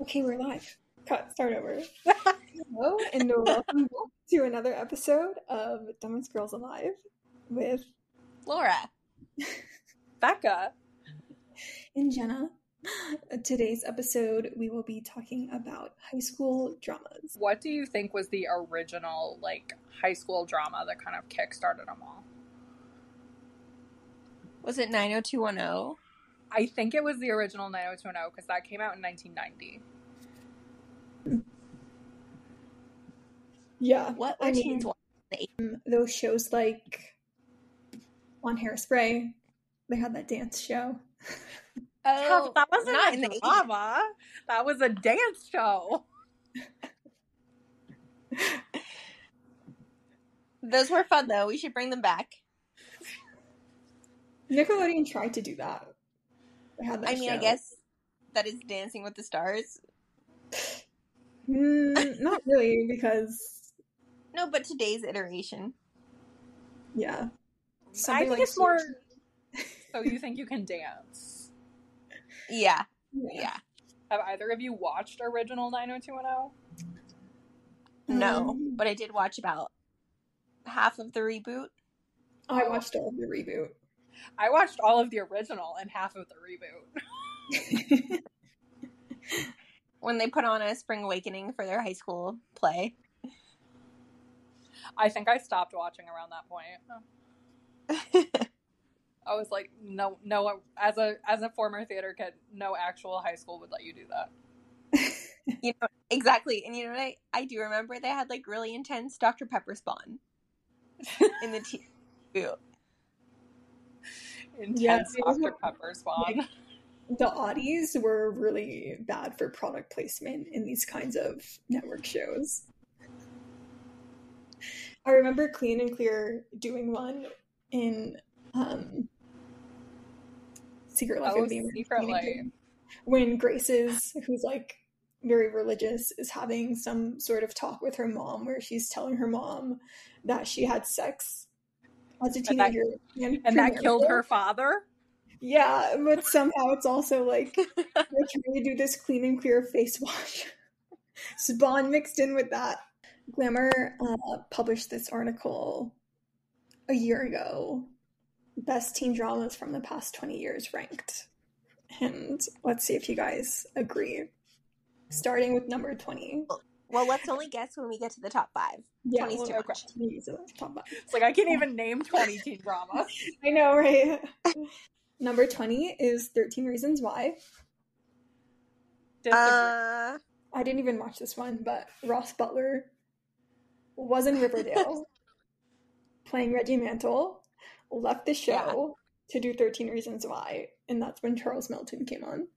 Okay, we're live. Cut. Start over. Hello, and welcome back to another episode of Dumbest Girls Alive with Laura, Becca, and Jenna. Today's episode, we will be talking about high school dramas. what do you think was the original like high school drama that kind of kickstarted them all? Was it 90210? I think it was the original 90210 because that came out in 1990. Yeah, What were I mean- um, teens watching? those shows like on Hairspray, they had that dance show. Oh, that wasn't not a in the drama. That was a dance show. Those were fun though. We should bring them back. Nickelodeon tried to do that. They had that I mean, I show. guess that is Dancing with the Stars. Mm, not really, because No, but today's iteration. yeah, I Something think like it's more. Switch. so you think you can dance? Yeah, yeah. yeah. Have either of you watched original 90210? No, Um, but I did watch about half of the reboot. I watched all of the reboot. I watched all of the original and half of the reboot. When they put on a spring awakening for their high school play, I think I stopped watching around that point. I was like, no, no. As a as a former theater kid, no actual high school would let you do that. exactly. And you know what? I, I do remember they had like really intense Dr. Pepper spawn in the t- boot. Intense Yeah. Dr Pepper spawn. the oddies were really bad for product placement in these kinds of network shows. I remember Clean and Clear doing one in um, Secret Life Oh, of the American Secret Teenager, Life. when Grace's, who's like very religious, is having some sort of talk with her mom where she's telling her mom that she had sex as a And that- teenager and, and that killed premarital. her father. Yeah, but somehow it's also like we're trying to do this clean and clear face wash. Spawn mixed in with that. Glamour uh, published this article a year ago. Best teen dramas from the past 20 years ranked. And let's see if you guys agree. Starting with number 20. Well, let's only guess when we get to the top five. Yeah, 20's well, too okay. much. These are the top five. It's like I can't even name twenty teen dramas. I know, right? number 20 is 13 Reasons Why. Disagree. Uh, I didn't even watch this one, but Ross Butler was in Riverdale playing Reggie Mantle, left the show to do 13 Reasons Why, and that's when Charles Melton came on.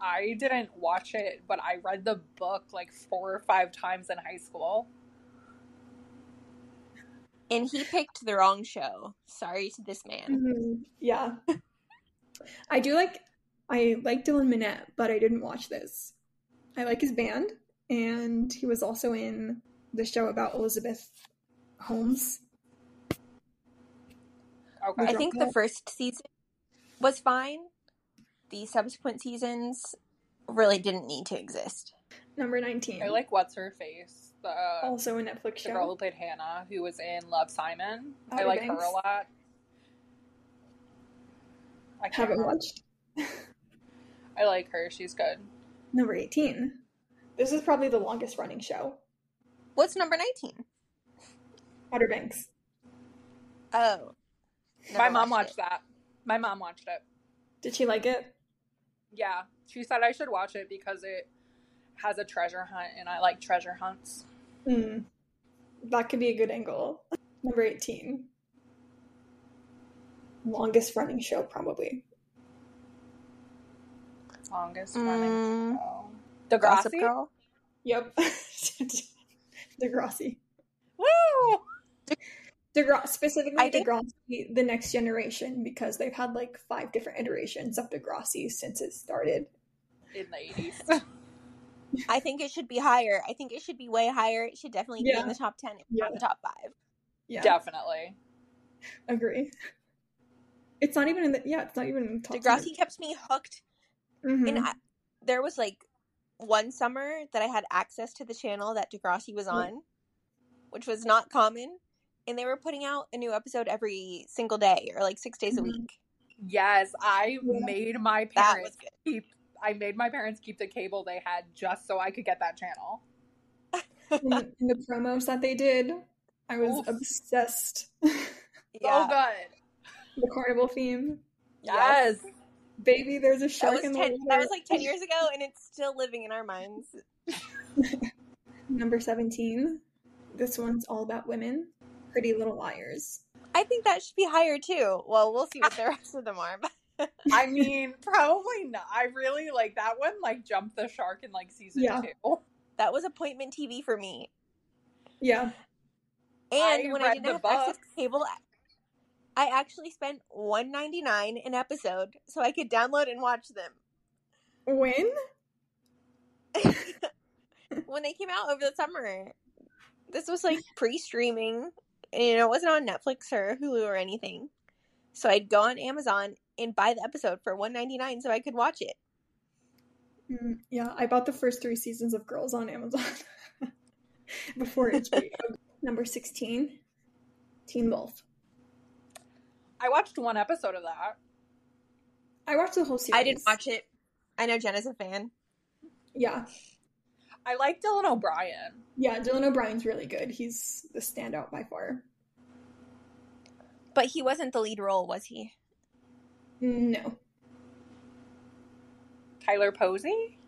I didn't watch it, but I read the book like four or five times in high school. and he picked the wrong show. Sorry to this man. Mm-hmm. Yeah. I do like, I like Dylan Minnette, but I didn't watch this. I like his band, and he was also in the show about Elizabeth Holmes. Okay, I think the first season was fine. The subsequent seasons really didn't need to exist. Number 19. I like what's her face, the, also a Netflix the girl who show. played Hannah, who was in Love Simon. I Outer Oh, like her Banks. a lot. I can't Haven't remember. watched. I like her. She's good. Number 18. This is probably the longest running show. What's number 19? Outer Banks. Oh. never My mom watched watched that. My mom watched it. Did she like it? Yeah. She said I should watch it because it has a treasure hunt and I like treasure hunts. Hmm. That could be a good angle. Number 18. Longest running show, probably. Longest Mm. running show. it. Gossip Degrassi? Girl? Yep. Degrassi. Woo! Degra- specifically I think- Degrassi, The Next Generation, because they've had like five different iterations of Degrassi since it started. In the 80s. I think it should be higher. I think it should be way higher. It should definitely be Yeah. in the top 10, if Yeah. not the top 5. Yeah, Definitely. agree. It's not even in the yeah, it's not even in the top. Mm-hmm. Degrassi kept me hooked. Mhm. And I, there was like one summer that I had access to the channel that Degrassi was on, which was not common, and they were putting out a new episode every single day or like six days a Mm-hmm. Mhm. week. Yes, I Yeah. made my That was parents good. keep. I made my parents keep the cable they had just so I could get that channel. in, in the promos that they did. I was Oof. obsessed. So good. the carnival theme. Yes. Baby, there's a That shark was in the ten. water. That was like ten years ago, and it's still living in our minds. Number 17. This one's all about women. Pretty Little Liars. I think that should be higher too. Well, we'll see what the rest of them are. But I mean, probably not. I really like that one. Like jumped the shark in like season Yeah. two. that was appointment TV for me. Yeah. And I when I read didn't the have access to cable, I actually spent one ninety nine an episode so I could download and watch them. When? when they came out over the summer. This was like pre-streaming, and you know, it wasn't on Netflix or Hulu or anything. So I'd go on Amazon and buy the episode for one ninety nine so I could watch it. Mm, yeah, I bought the first three seasons of Girls on Amazon before HBO. Number 16. Teen Wolf. I watched one episode of that. I watched the whole series. I didn't watch it. I know Jenna's a fan. Yeah. I like Dylan O'Brien. Yeah, Dylan O'Brien's really good. He's the standout by far. But he wasn't the lead role, was he? No. Tyler Posey?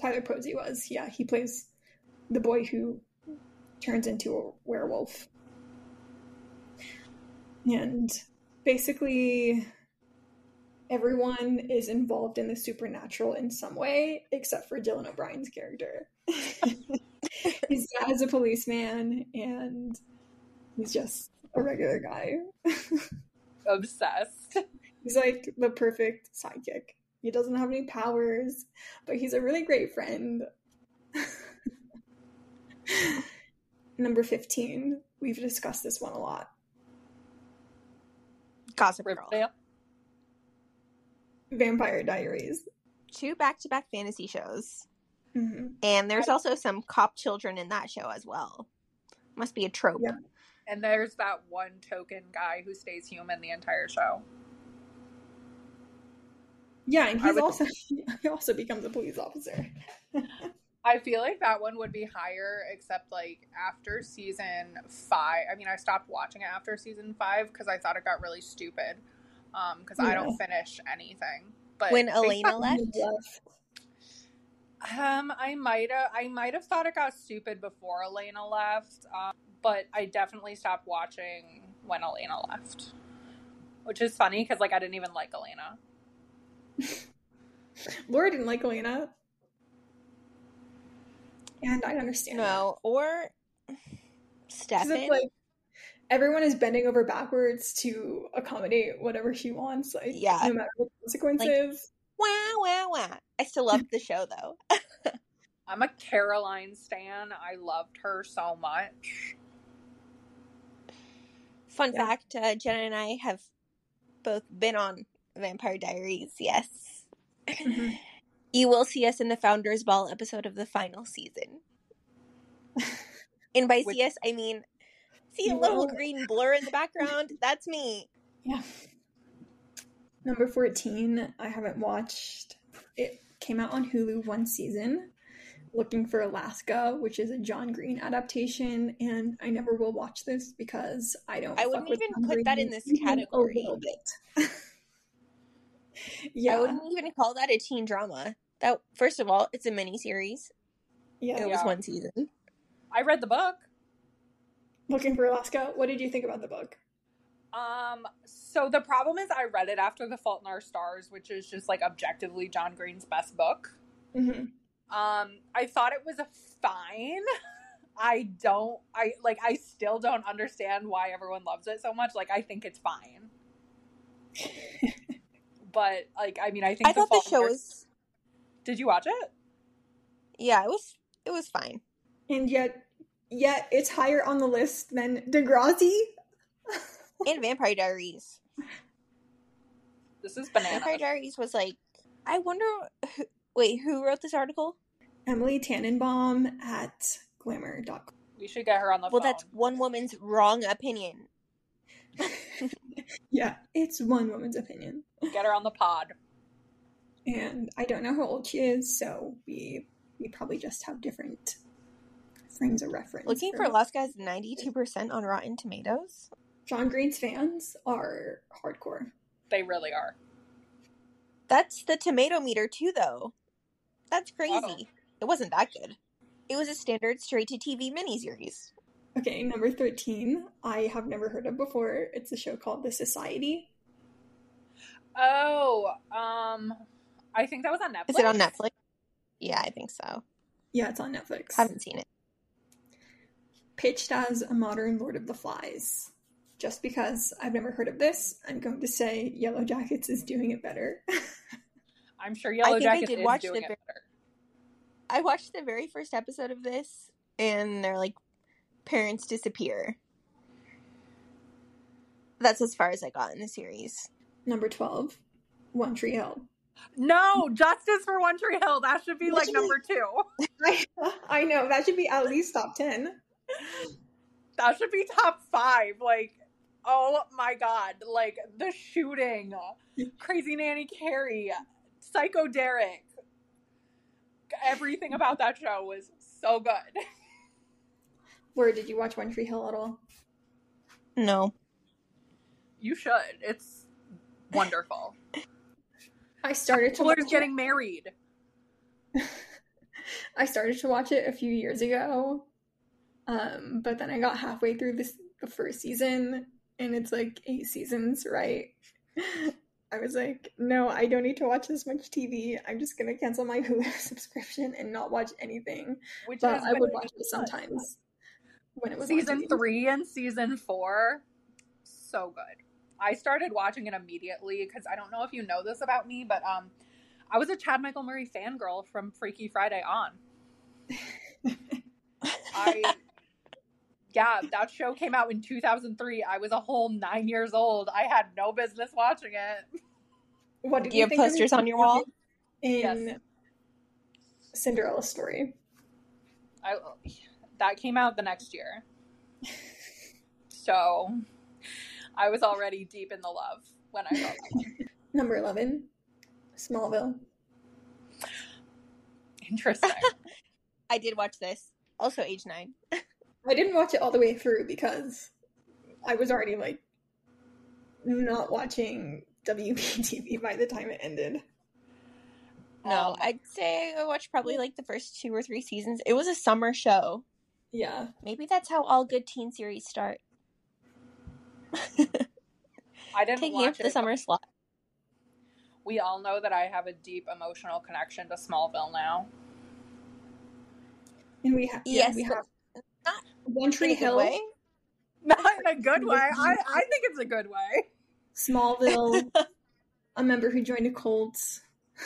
Tyler Posey was. Yeah, he plays the boy who turns into a werewolf. And basically, everyone is involved in the supernatural in some way, except for Dylan O'Brien's character. his dad's a policeman, and he's just a regular guy. Obsessed. He's like the perfect sidekick. He doesn't have any powers, but he's a really great friend. Number 15. We've discussed this one a lot. Gossip Girl. Riverdale. Vampire Diaries. Two back to back fantasy shows. hmm And there's also some cop children in that show as well. Must be a trope. Yeah. And there's that one token guy who stays human the entire show. Yeah, and I he's would- also he also becomes a police officer. I feel like that one would be higher, except like after season five. I mean, I stopped watching it after season five because I thought it got really stupid. Um, because I don't finish anything. But When based Elena left, Um, I might have, I might have thought it got stupid before Elena left, um, but I definitely stopped watching when Elena left, which is funny because like I didn't even like Elena. Laura didn't like Elena. And I understand. that. no, or Because Stefan. it's like everyone is bending over backwards to accommodate whatever she wants, like Yeah. no matter the consequences. wow, wow, wow. I still loved the show though. I'm a Caroline stan. I loved her so much. Fun Yeah. fact uh, Jenna and I have both been on Vampire Diaries, yes. Mm-hmm. Mhm. You will see us in the Founders Ball episode of the final season. and by Which- see us, I mean see a You little will. green blur in the background. That's me. yeah. Number 14, I haven't watched. It came out on Hulu one season, Looking for Alaska, which is a John Green adaptation, and I never will watch this because I don't. I fuck wouldn't with even John put that Green in this even a category. little bit. yeah. I wouldn't even call that a teen drama. That first of all, it's a mini series. yeah. It was Yeah. one season. I read the book. Looking for Alaska. What did you think about the book? Um, so the problem is I read it after The Fault in Our Stars, which is just like objectively John Green's best book. Mhm. Um, I thought it was a fine. I don't I like I still don't understand why everyone loves it so much. Like I think it's fine. but like I mean I think I thought the Fault in show Our- was Did you watch it? yeah, it was it was fine. And yet, yet it's higher on the list than Degrassi. And Vampire Diaries. This is bananas. Vampire Diaries was like I wonder who, wait, who wrote this article? Emily Tannenbaum at glamour.com. We should get her on the Well, phone. that's one woman's wrong opinion. Yeah, it's one woman's opinion. Get her on the pod. And I don't know how old she is, so we we probably just have different frames of reference. Looking for Last Guys 92% on Rotten Tomatoes. John Green's fans are hardcore. They really are. That's the tomato meter, too, though. That's crazy. It wasn't that good. It was a standard straight to TV miniseries. Okay, number 13, I have never heard of before. It's a show called The Society. Oh, um, I think that was on Netflix. Is it on Netflix? Yeah, I think so. Yeah, it's on Netflix. Haven't seen it. Pitched as a modern Lord of the Flies. Just because I've never heard of this, I'm going to say Yellow Jackets is doing it better. I'm sure Yellow I think I Jacket did is watch doing the it ver- better. I watched the very first episode of this, and they're like, parents disappear. That's as far as I got in the series. number 12, One Tree Hill. No, Justice for One Tree Hill. That should be like What do you- number two. I, I know, that should be at least top 10. That should be top five. Like, oh my god! Like the shooting, Crazy Nanny Carrie, Psycho Derek. Everything about that show was so good. Where did you watch One Tree Hill at all? No. You should. It's wonderful. I started to watch Fuller's getting married. I started to watch it a few years ago, um, but then I got halfway through this the first season, and it's like eight seasons, right? I was like, no, I don't need to watch this much TV. I'm just gonna cancel my Hulu subscription and not watch anything. Which But is I would when- watch it sometimes when it was on season TV. three and season four so good i started watching it immediately because i don't know if you know this about me but um i was a chad michael murray fangirl from freaky friday on i yeah that show came out in 2003 i was a whole nine years old i had no business watching it What did Do you have think of posters it on your wall? in Yes. Cinderella story? i that came out the next year so i was already deep in the love when i saw that one Number eleven, Smallville. interesting I did watch this. Also, age nine. I didn't watch it all the way through because I was already like not watching WPTV by the time it ended. No, Um, I'd say I watched probably like the first two or three seasons. It was a summer show. Yeah. Maybe that's how all good teen series start. i didn't Taking watch up it the summer slot. we all know that I have a deep emotional connection to Smallville now. And we have yeah, Yes, we but have not One In Tree a good Hill, way. Not in a good way. I, I think it's a good way. Smallville, a member who joined a cult.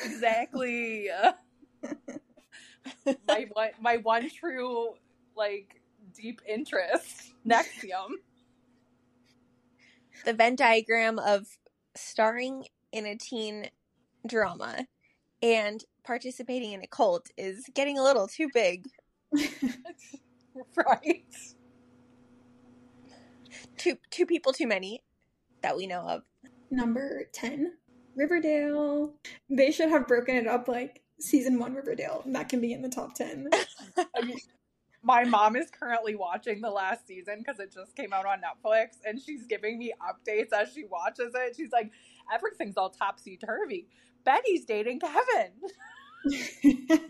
Exactly. my one my one true like deep interest. Nexium. The Venn diagram of starring in a teen drama and participating in a cult is getting a little too big. right. Two two people too many that we know of. Number ten, Riverdale. They should have broken it up like season one Riverdale. and That can be in the top ten. My mom is currently watching the last season because it just came out on Netflix and she's giving me updates as she watches it. She's like, everything's all topsy turvy. Betty's dating Kevin. And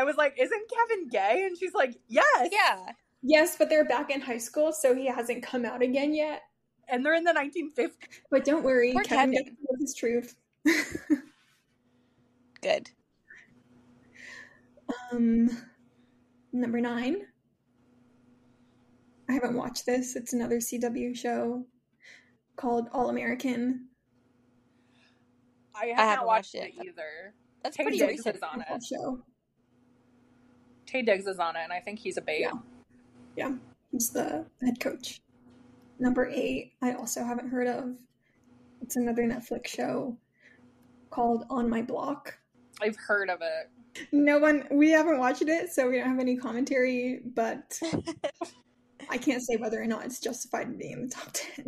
I was like, "Isn't Kevin gay?" And she's like, "Yes." Yeah. yes, but they're back in high school, so he hasn't come out again yet. And they're in the 1950s. But don't worry, Poor Kevin Kevin. gets to live his truth. Good. Um, number nine. I haven't watched this. It's another CW show called All American. I, have haven't not watched watched it, it. either. That's Tay pretty Diggs recent. is on Awful it. Show. Tay Diggs is on it, and I think he's a babe. Yeah. He's the head coach. Number eight. I also haven't heard of. It's another Netflix show called On My Block. I've heard of it. No one, we haven't watched it, so we don't have any commentary, but I can't say whether or not it's justified to be in the top 10.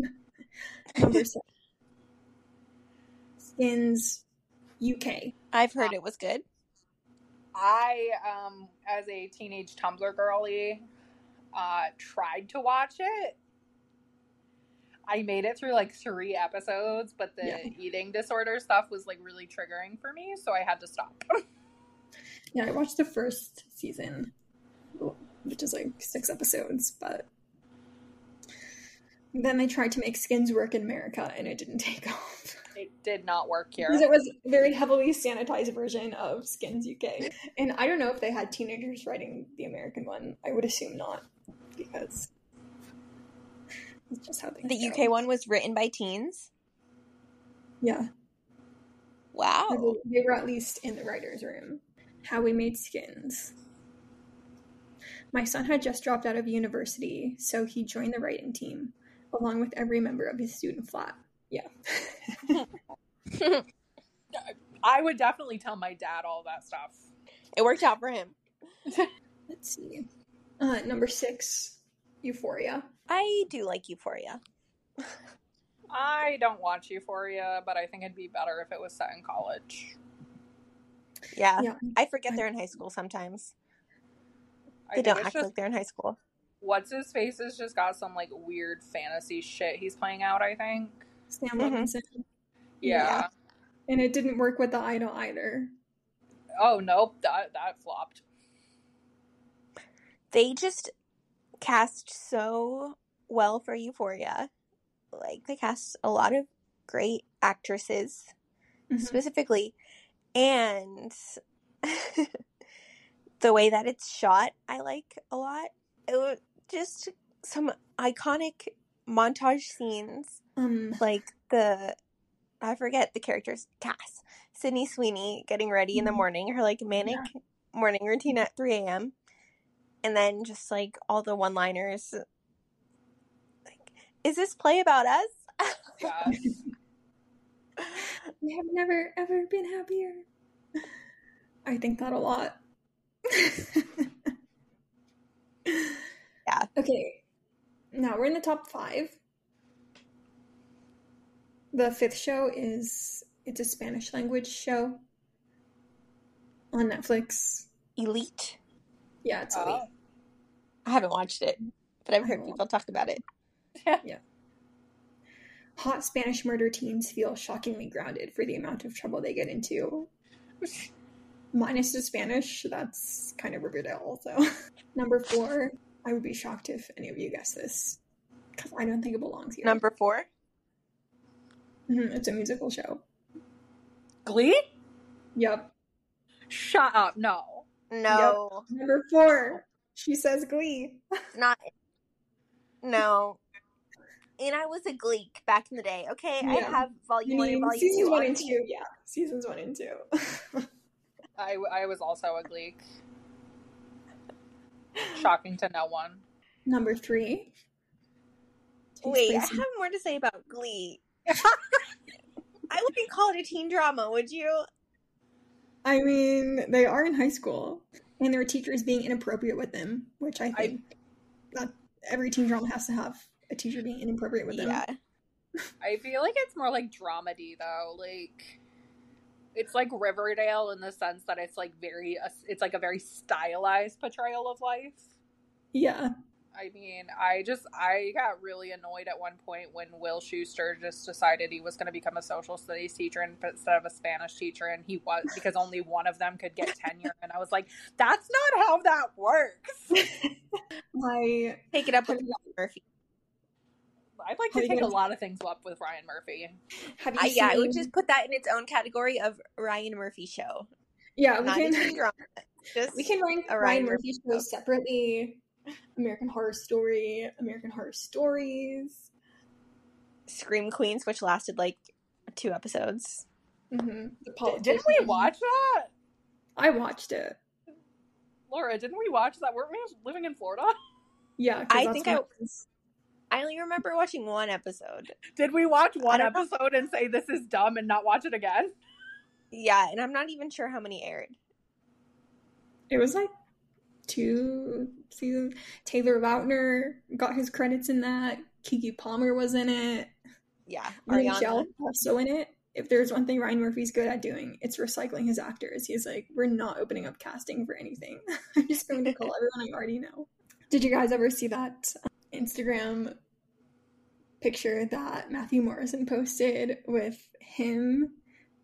Number seven Skins UK. I've heard it was good. I, um, as a teenage Tumblr girly, uh, tried to watch it. I made it through like three episodes, but the Yeah. eating disorder stuff was like really triggering for me, so I had to stop. Yeah, I watched the first season, which is like six episodes, but then they tried to make skins work in America and it didn't take off. it did not work here. Because it was a very heavily sanitized version of Skins UK. And I don't know if they had teenagers writing the American one. I would assume not, because it's just how things The go. UK one was written by teens. Yeah. Wow. They were at least in the writer's room. How we made skins. My son had just dropped out of university, so he joined the writing team, along with every member of his student flat. Yeah. I would definitely tell my dad all that stuff. It worked out for him. Let's see. Uh, number six, Euphoria. I do like Euphoria. I don't watch Euphoria, but I think it'd be better if it was set in college. Yeah. Yeah. I forget they're in high school sometimes. I They think don't it's act just like they're in high school. what's his face has just got some like weird fantasy shit he's playing out. I think. Sam Mhm. Levinson. Yeah. And it didn't work with the idol either. Oh nope, that that flopped. They just cast so well for Euphoria. Like they cast a lot of great actresses Mm-hmm. Mhm. specifically and the way that it's shot I like a lot. It was just some iconic montage scenes Um, like the I forget the character's Cass, Sydney Sweeney getting ready in the Mhm. morning, her like manic morning routine at 3 a.m. And then just like all the one liners. Like, is this play about us? Yeah. I have never ever been happier. I think that a lot. Yeah. Okay. Now we're in the top five. The fifth show is it's a Spanish language show on Netflix. Elite. Yeah, it's Oh. elite. I haven't watched it, but I've I heard will. people talk about it. Hot Spanish murder teens feel shockingly grounded for the amount of trouble they get into. Minus the Spanish, that's kind of Riverdale, also. Number four, I would be shocked if any of you guess this. Because I don't think it belongs here. Number four. Mhm, it's a musical show. Glee? Yep. Shut up! No. No, Number four, she says glee. not no. And I was a gleek back in the day. Okay, I Yeah. have volume one and Meaning volume seasons two. one on and tape. two, yeah. Seasons one and two. I I was also a Gleek. Shocking to no one. Number three. takes Wait, I place in- have more to say about Glee. I wouldn't call it a teen drama, would you? I mean, they are in high school, and their teachers being inappropriate with them, which I think that every teen drama has to have a teacher being inappropriate with them. Yeah, I feel like it's more like dramedy though. Like it's like Riverdale in the sense that it's like very uh, it's like a very stylized portrayal of life. Yeah. I mean, I just I got really annoyed at one point when Will Schuster just decided he was going to become a social studies teacher and- instead of a Spanish teacher, and he was because only one of them could get tenure, and I was like, that's not how that works. I take it up with Ryan Murphy. I'd like How to you take a gonna- lot of things up with Ryan Murphy. have you I, seen yeah, I would just put that in its own category of Ryan Murphy show, Yeah, we not a teen can drama. Just we can rank a Ryan Ryan Murphy shows separately. American Horror Story, American Horror Stories. Scream Queens, which lasted like two episodes. hmm The Did, Politician. didn't we watch that? I watched it. Laura, didn't we watch that? Weren't we living in Florida? Yeah, 'cause I that's think when I, I only remember watching one episode. Did we watch one don't know. episode and say this is dumb and not watch it again? Yeah, and I'm not even sure how many aired. it was like two seasons. Taylor Lautner got his credits in that. Kiki Palmer was in it. Yeah, Michelle also in it. If there's one thing Ryan Murphy's good at doing, it's recycling his actors. He's like, we're not opening up casting for anything. I'm just going to call everyone I already know. Did you guys ever see that um, Instagram picture that Matthew Morrison posted with him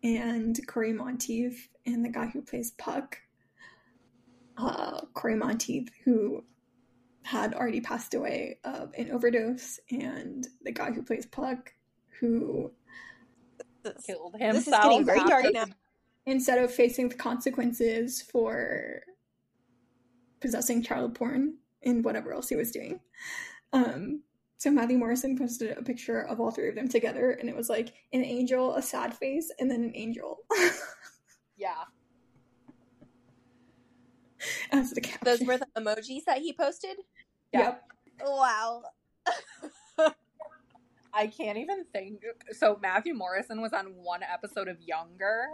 and Corey Monteith and the guy who plays Puck? uh, Corey Monteith, who had already passed away of an overdose, and the guy who plays Puck, who This, Killed himself. this is getting very dark now. instead of facing the consequences for possessing child porn and whatever else he was doing, um, so Matthew Morrison posted a picture of all three of them together, and it was like an angel, a sad face, and then an angel Yeah. as the caption. Those were the emojis that he posted. Yeah. Yep. Wow. I can't even think. So Matthew Morrison was on one episode of Younger,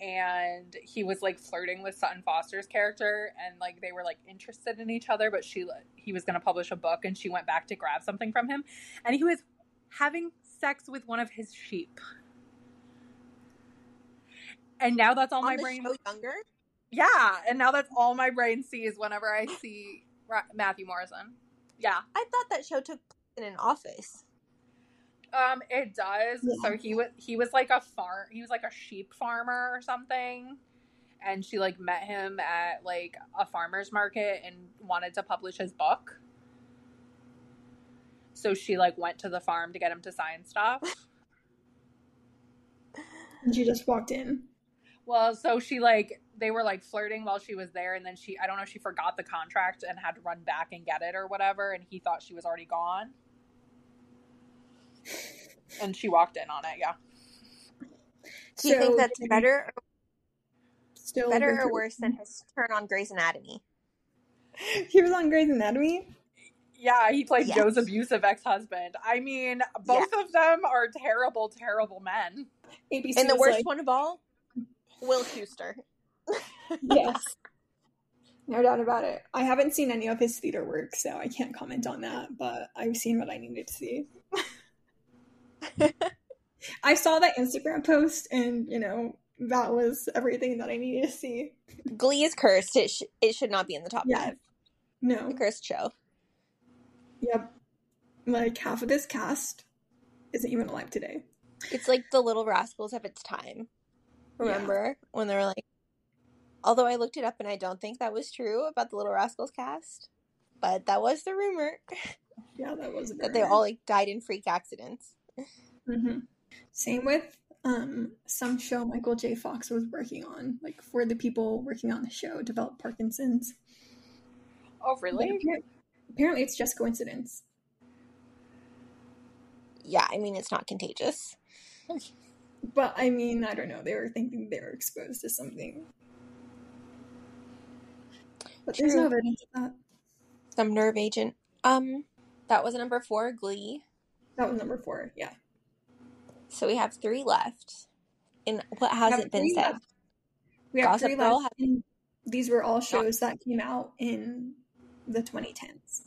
and he was like flirting with Sutton Foster's character, and like they were like interested in each other, but she he was going to publish a book, and she went back to grab something from him, and he was having sex with one of his sheep. And now that's all On my the brain show younger. Yeah, and now that's all my brain sees whenever I see Ra- Matthew Morrison. Yeah, I thought that show took place in an office. um, it does. Yeah. So he was he was like a farm. He was like a sheep farmer or something, and she like met him at like a farmer's market and wanted to publish his book. So she like went to the farm to get him to sign stuff. And she just walked in. Well, so she like they were like flirting while she was there, and then she I don't know she forgot the contract and had to run back and get it or whatever, and he thought she was already gone, and she walked in on it. Yeah, Do you think So- that's better, Still or better good or for- worse than his turn on Grey's Anatomy? He was on Grey's Anatomy. yeah, he played Yes. Joe's abusive ex husband. I mean, both of them are terrible, terrible men. ABC and the was worst like, one of all, Will Schuster. yes, no doubt about it. I haven't seen any of his theater work, so I can't comment on that. But I've seen what I needed to see. I saw that Instagram post, and you know that was everything that I needed to see. Glee is cursed. It sh- it should not be in the top Yeah. five. A No, cursed show. yep, like half of this cast isn't even alive today. It's like the Little Rascals of its time. Yeah. Remember when they were like? Although I looked it up and I don't think that was true about the Little Rascals cast, but that was the rumor Yeah, that was a that they all like died in freak accidents. hmm Same with um, some show Michael J. Fox was working on, like for the people working on the show, develop Parkinson's. Oh, But really? appar- Apparently, it's just coincidence. Yeah, I mean it's not contagious. But I mean, I don't know. They were thinking they were exposed to something. But there's no True. evidence of that. Some nerve agent. Um, that was number four. Glee. That was number four. Yeah. So we have three left. And what hasn't been three said? left. We have Gossip three Girl left. and these were all shows that came out in the 2010s.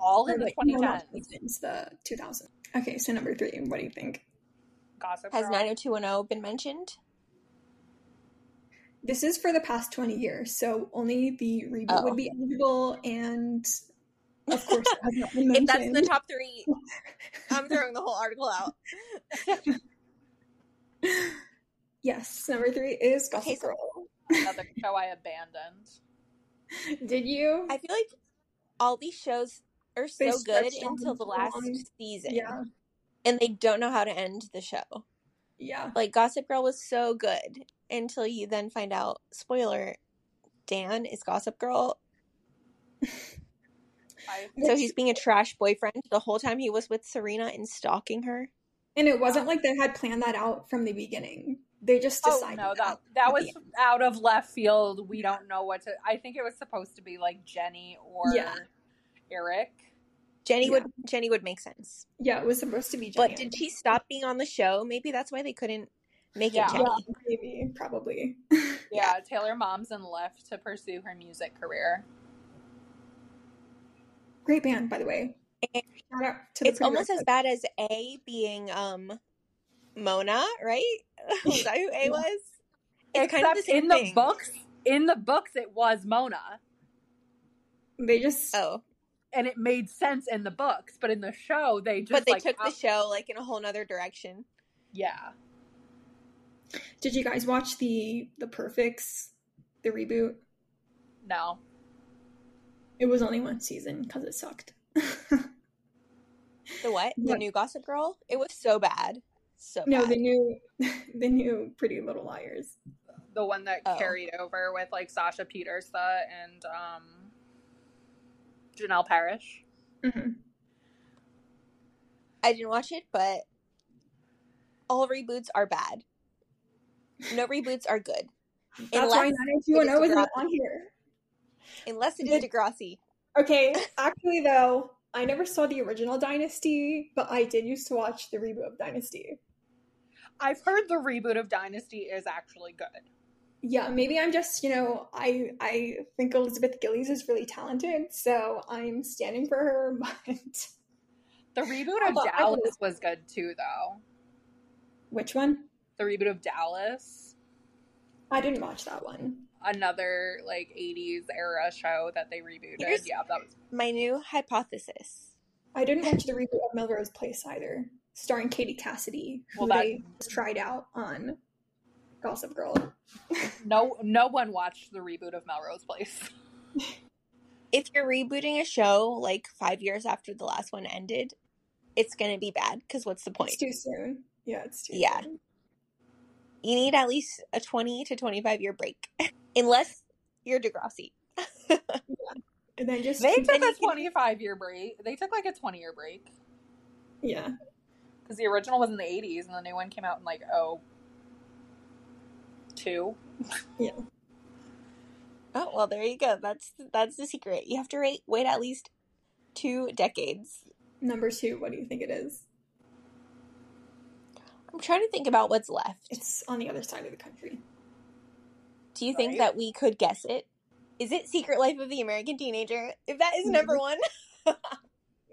All Or, in the like, no, not 2010s, 2010s. the 2000s. Okay, so number three. What do you think? Gossip Has Girl. 90210 been mentioned? This is for the past 20 years, so only the reboot Oh. would be eligible, and of course, it has not been if that's mentioned. the top three, I'm throwing the whole article out. yes, number three is Gossip Okay, so- Girl. Another show I abandoned. Did you? I feel like all these shows are They so good stretched on until the so last long. season. yeah, And they don't know how to end the show. yeah. Like Gossip Girl was so good until you then find out, spoiler, Dan is Gossip Girl. I, So Which- he's being a trash boyfriend the whole time he was with Serena and stalking her. and it Oh. wasn't like they had planned that out from the beginning. They just oh decided. no, that that. that at was the out of left field. We don't know what to. I think it was supposed to be like Jenny or Yeah. Eric. Jenny Yeah. would Jenny would make sense. Yeah, it was supposed to be. But Jenny. did she stop being on the show? Maybe that's why they couldn't Make Yeah. it shiny. Maybe, probably. Yeah, Taylor Momsen left to pursue her music career. Great band, by the way. Shout out to the It's almost as Pretty bad as A being um Mona, right? Was that who A Yeah. was? It's Except kind of the same in thing. the books, in the books, it was Mona, Reckless. They just Oh, and it made sense in the books. But in the show, they just but they like, took the out- show like in a whole nother direction. yeah. Did you guys watch the the Perfects, the reboot? No, It was only one season because it sucked. The what? The Yeah. new Gossip Girl? It was so bad. So no, bad. the new the new Pretty Little Liars. the one that Oh. carried over with like Sasha Petersa and um, Janelle Parrish. Mhm. I didn't watch it, but all reboots are bad. No reboots are good. That's why Unless 90210 it is isn't dropped. on here. Unless it is Degrassi. Okay, actually though, I never saw the original Dynasty, but I did used to watch the reboot of Dynasty. I've heard the reboot of Dynasty is actually good. Yeah, maybe I'm just, you know, I I think Elizabeth Gillies is really talented, so I'm standing for her, but The reboot of Although I Dallas believe- was good too, though. which one? The reboot of Dallas, I didn't watch that one. another like '80s era show that they rebooted. Here's- yeah, that was My new hypothesis. I didn't watch the reboot of Melrose Place either, starring Katie Cassidy, who Well, that- they just tried out on Gossip Girl. no. No one watched the reboot of Melrose Place. If you're rebooting a show like five years after the last one ended, it's gonna be bad. Because what's the point? It's too soon. Yeah, it's too Yeah. soon. You need at least a twenty to twenty-five year break, unless you're Degrassi. And then just They keep- took a 25 year break. They took like a 20 year break yeah. because the original was in the '80s and the new one came out in like oh two. Oh well, there you go. That's that's the secret. You have to wait wait at least two decades. Number two, what do you think it is? I'm trying to think about what's left. It's on the other side of the country. Do you think Right. that we could guess it? Is it Secret Life of the American Teenager? If that is number one,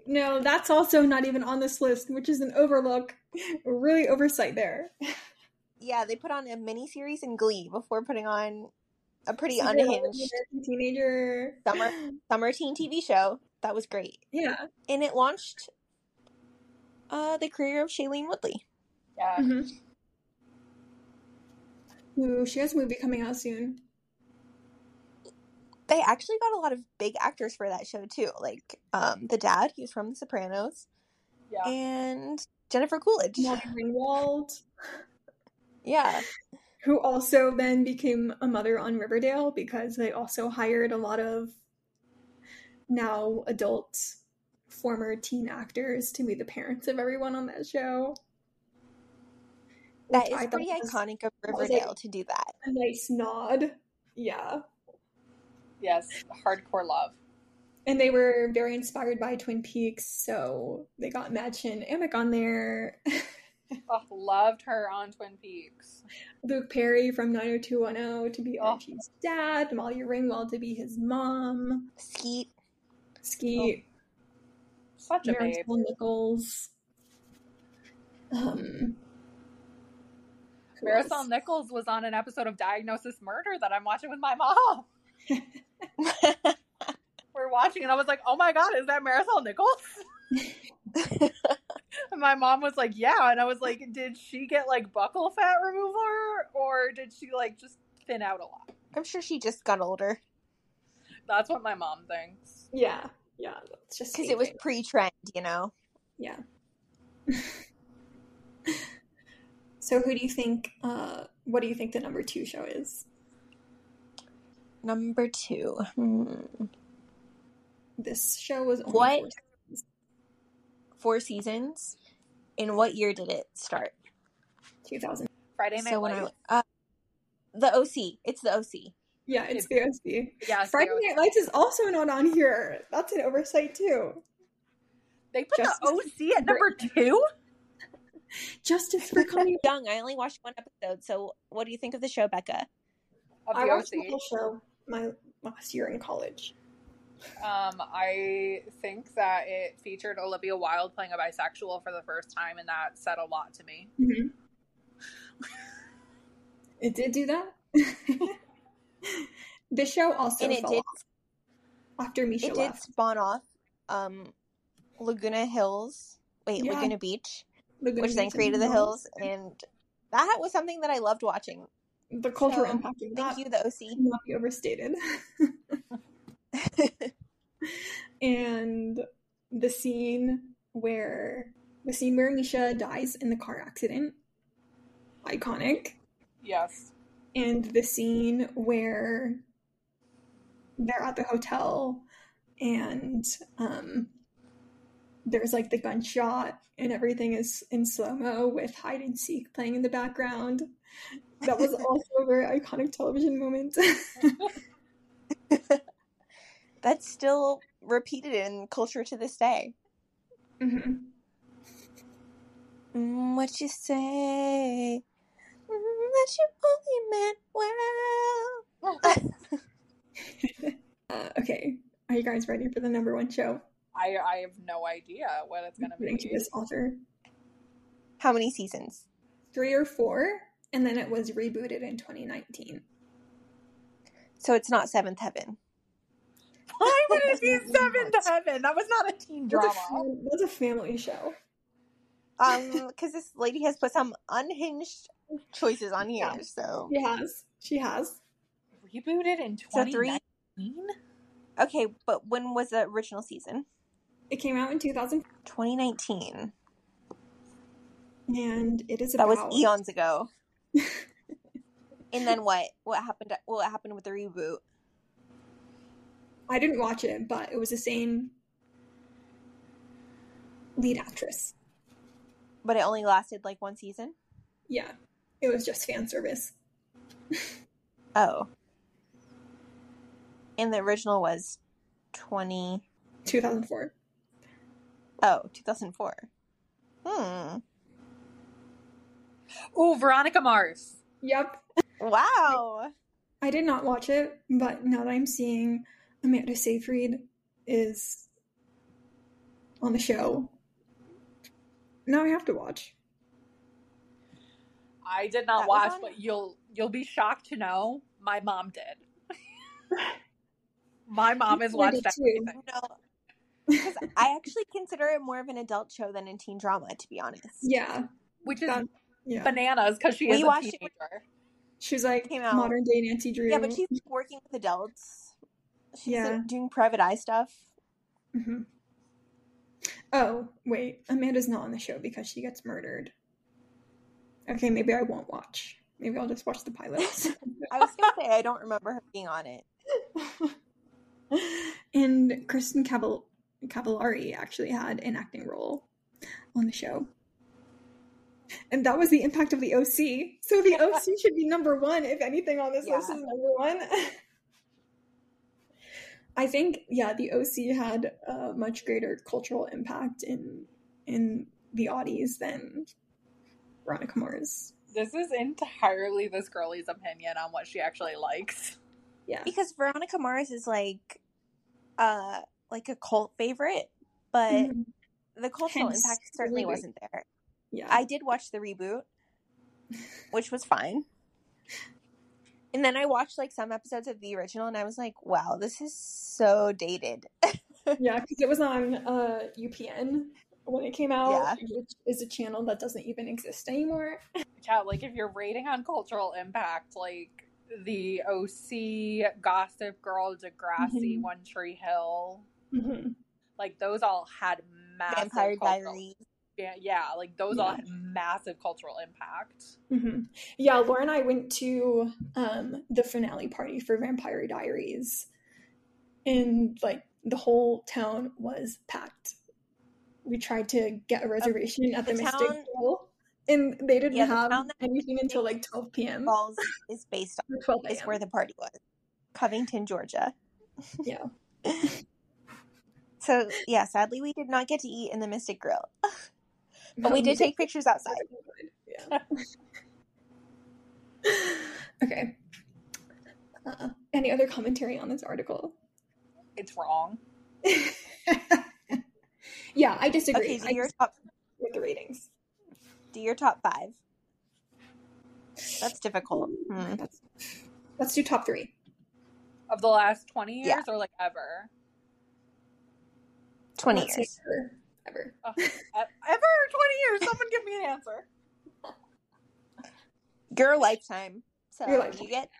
No, that's also not even on this list, which is an overlook. Really oversight there. yeah, they put on a mini series in Glee before putting on a pretty Secret Life of unhinged American teenager. summer summer teen TV show. That was great, Yeah. and it launched uh, the career of Shailene Woodley. Yeah, Mhm. Ooh, she has a movie coming out soon. They actually got a lot of big actors for that show too, like um, the dad, he was from The Sopranos, yeah. and Jennifer Coolidge. Molly Ringwald, Yeah, who also then became a mother on Riverdale because they also hired a lot of now adult former teen actors to be the parents of everyone on that show. that Which is I thought pretty was iconic of was like- Riverdale to do that. A nice nod. Yeah. Yes, hardcore love. And they were very inspired by Twin Peaks, so they got Madge and Amick on there. Oh, loved her on Twin Peaks. Luke Perry from 90210 to be Oh. Archie's dad, Molly Ringwald to be his mom, Skeet. Oh. Skeet, Such a babe. Marisol Nichols. Um, who Marisol else? Nichols was on an episode of Diagnosis Murder that I'm watching with my mom. We're watching, and I was like, "Oh my god, is that Marisol Nichols?" and my mom was like, "Yeah," and I was like, "Did she get like buckle fat remover, or did she like just thin out a lot?" I'm sure she just got older That's what my mom thinks. Yeah, yeah. That's just because me it was too. pre-trend, you know. Yeah. so, who do you think? Uh, what do you think the number two show is? Number two, hmm. This show was only What? four- four seasons. In what year did it start? 2000. Friday Night so when Lights. I uh, the OC, it's the OC. Yeah, it's the OC. yeah, Friday so Night Lights is also not on here. That's an oversight too. they put Justice the OC at number two. Justice for Connie. Young. I only watched one episode. So, what do you think of the show, Becca? Of I the watched the OC. whole show my last year in college. Um, I think that it featured Olivia Wilde playing a bisexual for the first time, and that said a lot to me. It did do that. the show also And it fell did- off after Misha it did left. spawn off um, Laguna Hills. Wait, Yeah. Laguna Beach, Laguna which then Beach is created the known- Hills, and that was something that I loved watching. The cultural So, impact of Thank that you, the OC. cannot be overstated. and the scene where the scene where Misha dies in the car accident, iconic. Yes. and the scene where they're at the hotel and um there's like the gunshot and everything is in slow mo with hide and seek playing in the background. That was also a very iconic television moment. That's still repeated in culture to this day. Mhm. Mm, what you say? Mm, that you only meant well. Oh. Uh, okay, are you guys ready for the number one show? I, I have no idea what it's going to Thank you, be. this author. How many seasons? Three or four, and then it was rebooted in 2019. So it's not Seventh Heaven. Why would it be Definitely Seven to not. Heaven? That was not a teen That's a drama. fam- that's a family show. Um, because this lady has put some unhinged choices on here. Yeah. So She has. She has. Rebooted in So three- 2019? okay, but when was the original season? It came out in 2000 Twenty nineteen. and it is That was about eons ago. and then what? What happened? What happened with the reboot? I didn't watch it, but it was the same lead actress. But it only lasted like one season. Yeah. It was just fan service. Oh. And the original was 20 2004. oh, 2004. Hmm. Ooh, Veronica Mars. Yep. Wow. I did not watch it, but now that I'm seeing Amanda Seyfried is on the show, now I have to watch. I did not That was watch, on- but you'll you'll be shocked to know my mom did. my mom has I watched did too. everything. No. Because I actually consider it more of an adult show than a teen drama, to be honest. Yeah. which is That- Yeah. bananas because she We is a watched it teenager. with- She's like Came out. modern day Nancy Drew. Yeah, but she's like, working with adults. She's like, Yeah. doing private eye stuff. Mhm. Oh, wait. Amanda's not on the show because she gets murdered. Okay, maybe I won't watch. Maybe I'll just watch the pilots. I was gonna say I don't remember her being on it. and Kristen Cavall- Cavallari actually had an acting role on the show. And that was the impact of the OC. So the OC should be number one, if anything, on this Yeah. list is number one. I think, yeah, the OC had a much greater cultural impact in in the oddies than Veronica Mars. This is entirely this girlie's opinion on what she actually likes. Yeah. Because Veronica Mars is like uh like a cult favorite, but Mhm. the cultural Hence impact the certainly reboot. wasn't there. Yeah. I did watch the reboot, which was fine. And then I watched like some episodes of the original and I was like, wow, this is so dated. Yeah, because it was on uh, UPN when it came out, which is a channel that doesn't even exist anymore. Yeah, like if you're rating on cultural impact, like the OC, Gossip Girl, Degrassi, Mhm. One Tree Hill, Mm-hmm, hmm like those all had massive Vampire cultural. Diaries. Yeah, yeah, like those all Yeah. had massive cultural impact. mm-hmm. hmm Yeah, Laura and I went to um, the finale party for Vampire Diaries, and like the whole town was packed. We tried to get a reservation at the, the Mystic town- Grill, and they didn't Yeah, the have town that- anything until like 12 p.m. Falls is based or 12 on is a.m. where the party was. Covington, Georgia. Yeah. So yeah, sadly we did not get to eat in the Mystic Grill. But we did take pictures outside. Yeah. okay. Uh, any other commentary on this article? It's wrong. yeah, I disagree. Okay, do I your disagree top with the ratings. do your top five. That's difficult. Hmm. That's, let's do top three. Of the last 20 years Yeah. or like ever? Twenty Let's years. say Ever. ever. E- Ever or 20 years? Someone give me an answer. Your lifetime. So Your lifetime. you get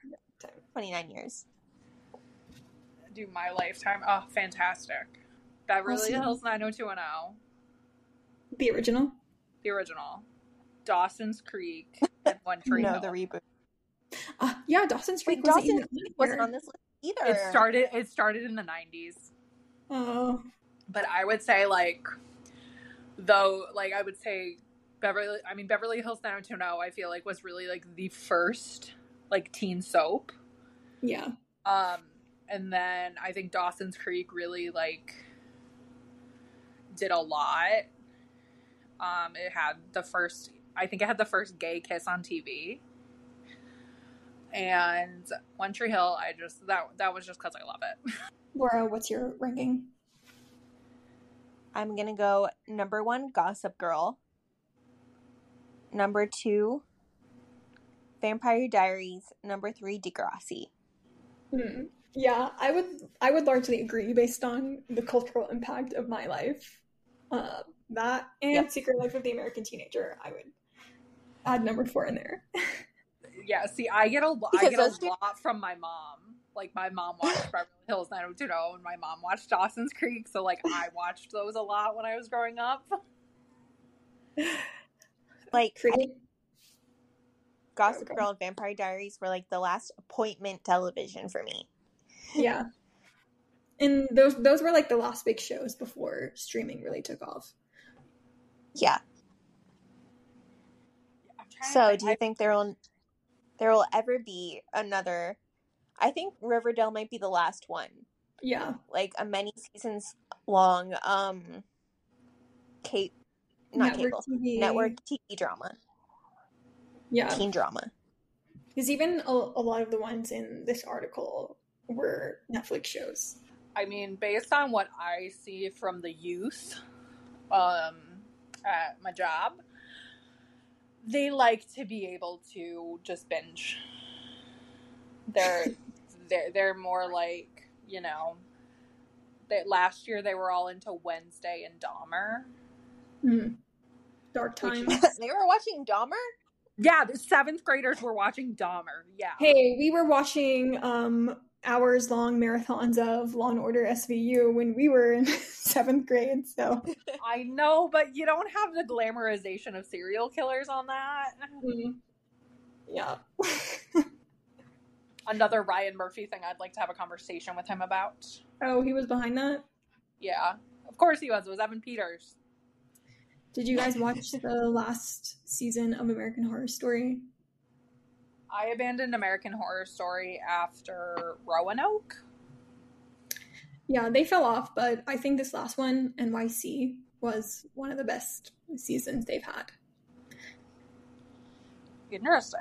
Time. twenty nine years. Do my lifetime. Oh, fantastic. Beverly Awesome. Hills 90210, The original. the original. Dawson's Creek, and One Tree no, Hill. the reboot. Uh, yeah, Dawson's Creek Wait, wasn't Dawson's even on Wasn't here. on this list either. it started. It started in the 90s. Oh, but I would say like though like I would say Beverly I mean Beverly Hills 90210 I feel like was really like the first like teen soap yeah. um and then I think Dawson's Creek really like did a lot um it had the first I think it had the first gay kiss on TV and One Tree Hill I just that that was just cuz I love it Laura, what's your ranking? I'm gonna go number one, Gossip Girl. Number two, Vampire Diaries. Number three, Degrassi. Hmm. Yeah, I would I would largely agree based on the cultural impact of my life. Uh, that and Yep. Secret Life of the American Teenager, I would add number four in there. Yeah, see, I get a I Because get those a two- lot from my mom. Like my mom watched Beverly Hills 90210, and my mom watched Dawson's Creek, so like I watched those a lot when I was growing up. Like I Creed? Gossip Okay. Girl and Vampire Diaries were like the last appointment television for me. Yeah. And those those were like the last big shows before streaming really took off. Yeah. I'm trying to So think. do you I- think there will there will ever be another I think Riverdale might be the last one. Yeah. Like a many seasons long um Kate not cable. TV. Network TV drama. Yeah. Teen drama. Because even a, a lot of the ones in this article were Netflix shows. I mean, based on what I see from the youth um, at my job, they like to be able to just binge. They're they're, they're more like you know. That last year they were all into Wednesday and Dahmer. Hmm. Dark Which Times. is- they were watching Dahmer? Yeah, the seventh graders were watching Dahmer. Yeah. Hey, we were watching um hours long marathons of Law and Order SVU when we were in seventh grade. So I know, but you don't have the glamorization of serial killers on that. Mm-hmm. yeah, Another Ryan Murphy thing I'd like to have a conversation with him about. oh, he was behind that. Yeah. Of course he was. It was Evan Peters. Did you guys watch the last season of American Horror Story? I abandoned American Horror Story after Roanoke. Yeah, they fell off, but I think this last one, NYC, was one of the best seasons they've had. Interesting.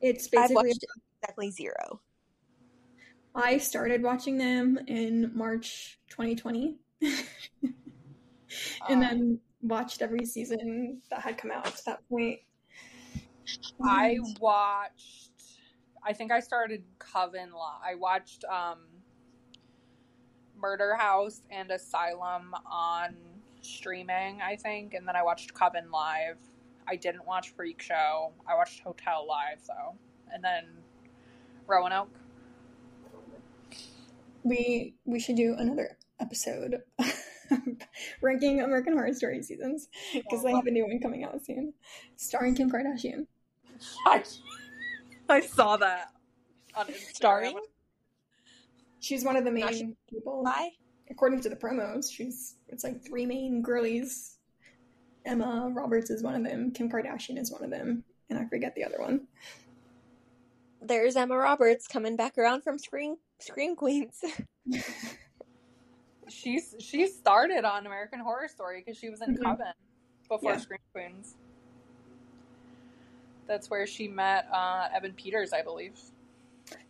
It's I've basically watched exactly zero. I started watching them in March 2020. Um, and then watched every season that had come out to that point. Um, I watched. I think I started Coven Law. I watched um, Murder House and Asylum on streaming, I think, and then I watched Coven live. I didn't watch Freak Show. I watched Hotel live though, and then Roanoke. we we should do another episode ranking American Horror Story seasons because they have a new one coming out soon, starring Kim Kardashian. I, I saw that on Instagram. Starring? She's one of the Now main she- people, Why? according to the promos. She's it's like three main girlies. Emma Roberts is one of them. Kim Kardashian is one of them, and I forget the other one. There's Emma Roberts coming back around from Scream Scream Queens. She's she started on American Horror Story because she was in Mhm. Coven. before Yeah. Scream Queens. That's where she met uh, Evan Peters, I believe.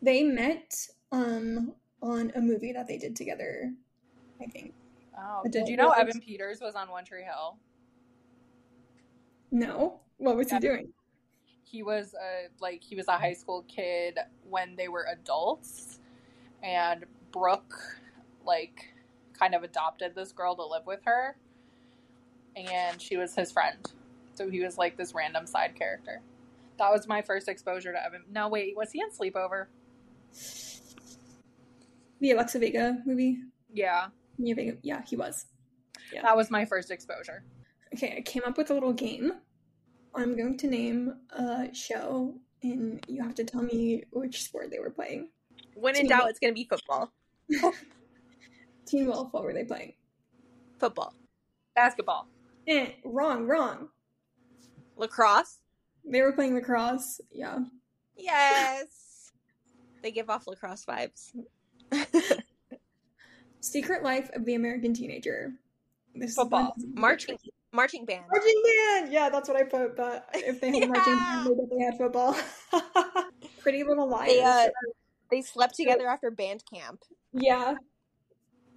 They met um on a movie that they did together, I think. Oh, I did don't you know know. Evan Peters was on One Tree Hill? No? What was Yeah. he doing? He was a like he was a high school kid when they were adults, and Brooke like kind of adopted this girl to live with her, and she was his friend. So he was like this random side character. That was my first exposure to Evan. No, wait, was he in Sleepover? The Alexa Vega movie? Yeah, Mia Vega- Yeah, he was. that was my first exposure. Okay, I came up with a little game. I'm going to name a show, and you have to tell me which sport they were playing. When in Teen doubt, Wolf. it's going to be football. Teen Wolf, what were they playing? Football. Basketball. Eh, wrong, wrong. Lacrosse. They were playing lacrosse. Yeah. Yes. they give off lacrosse vibes. Secret Life of the American Teenager. This is Football. the- marching marching band. Marching band. Yeah, that's what I put. But if they had marching Yeah. band, they definitely had football. Pretty Little Liars. They uh, they slept together after band camp. yeah.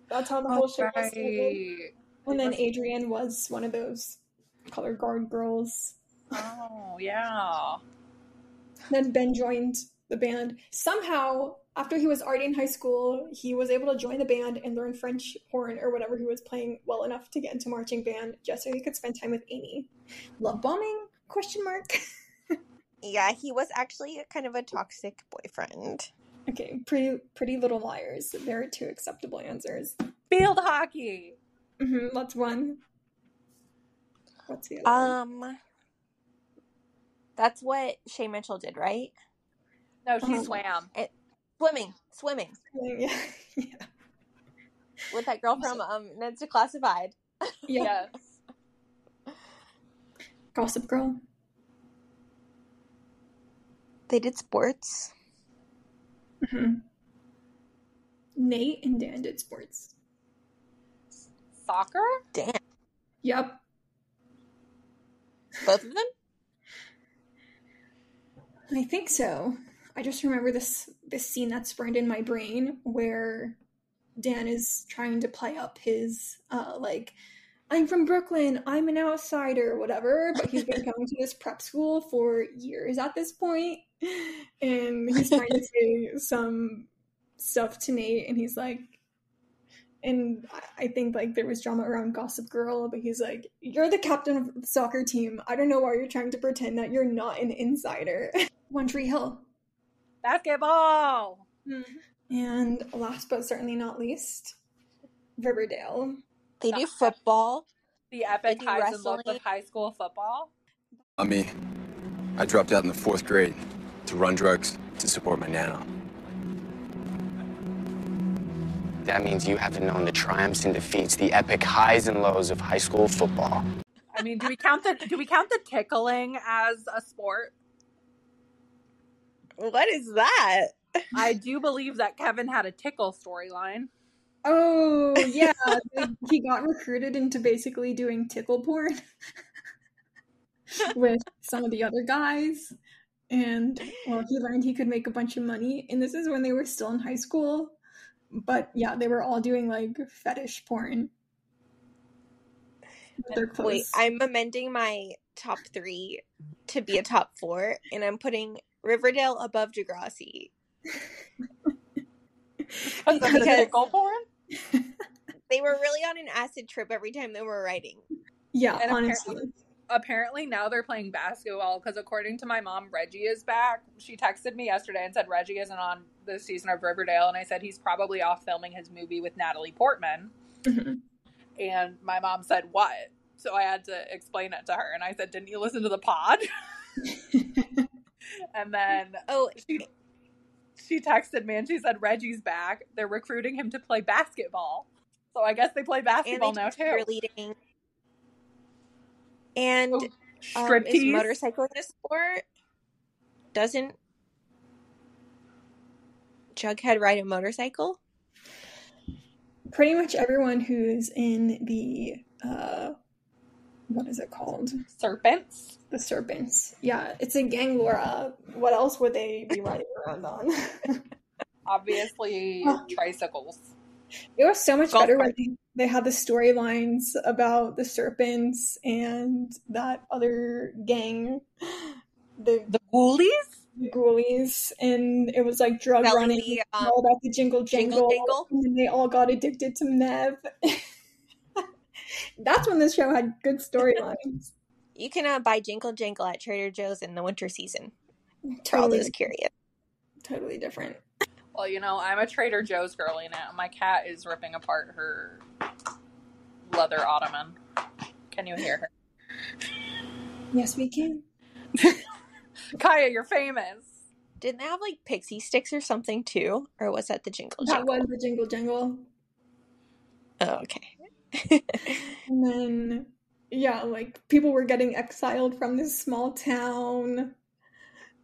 That's how the whole show was started. Oh, Right. And then Adrian was one of those color guard girls. Oh yeah. Then Ben joined the band. Somehow, after he was already in high school, he was able to join the band and learn French horn or whatever he was playing well enough to get into marching band just so he could spend time with Amy. Love bombing? Question mark. Yeah, he was actually kind of a toxic boyfriend. Okay, pretty pretty little liars. There are two acceptable answers. Field hockey. hmm that's one. What's the other? one? Um, that's what Shay Mitchell did, right? No, she Um, swam. Swimming, swimming Yeah, yeah. with that girl from um Ned's Declassified. yeah. Yes. Gossip Girl. They did sports. hmm Nate and Dan did sports. Soccer? Damn, Yep. both of them. I think so. I just remember this this scene that's burned in my brain where Dan is trying to play up his uh like I'm from Brooklyn, I'm an outsider, whatever, but he's been going to this prep school for years at this point and he's trying to say some stuff to Nate and he's like and I- I think like there was drama around Gossip Girl, but he's like, "You're the captain of the soccer team. I don't know why you're trying to pretend that you're not an insider." One Tree Hill. Basketball. Mm-hmm. And last but certainly not least, Riverdale. They do football. The epic They do highs and lows of wrestling. high school football. On me, I dropped out in the fourth grade to run drugs to support my nano. That means you haven't known the triumphs and defeats, the epic highs and lows of high school football. I mean, do we count the do we count the tickling as a sport? What is that? I do believe that Kevin had a tickle storyline. Oh yeah, like, he got recruited into basically doing tickle porn with some of the other guys, and well, he learned he could make a bunch of money. And this is when they were still in high school, but yeah, they were all doing like fetish porn. With their clothes. Wait, I'm amending my top three to be a top four, and I'm putting Riverdale above Degrassi. Because of the Because- tickle porn? They were really on an acid trip every time they were writing. yeah, and honestly, Apparently now they're playing basketball because according to my mom, Reggie is back. She texted me yesterday and said Reggie isn't on the season of Riverdale, and I said he's probably off filming his movie with Natalie Portman. Mhm. And my mom said, What? So I had to explain it to her. And I said, Didn't you listen to the pod? and then Oh, she, she texted me and she said, Reggie's back. They're recruiting him to play basketball. So I guess they play and basketball they now, did too. cheerleading. And Oh, um, is Striptease. motorcycling a sport? Doesn't Jughead ride a motorcycle? pretty much everyone who's in the uh, what is it called? Serpents. The Serpents. Yeah, it's in gang lore. Uh, What else would they be riding around on? Obviously, tricycles. It was so much Golf better when they, they had the storylines about the serpents and that other gang, the, The ghoulies? the ghoulies, and it was like drug Selling running, the, and um, all about the jingle jangle, jingle jangle? and then they all got addicted to meth. That's when this show had good storylines. You can uh, buy Jingle Jangle at Trader Joe's in the winter season for all those curious. totally different. Well, you know, I'm a Trader Joe's girly now. My cat is ripping apart her leather ottoman. Can you hear her? Yes, we can. Kaya, you're famous. Didn't they have like pixie sticks or something too? Or was that the Jingle That Jangle? was the jingle jangle. Oh, okay. And then, yeah, like people were getting exiled from this small town,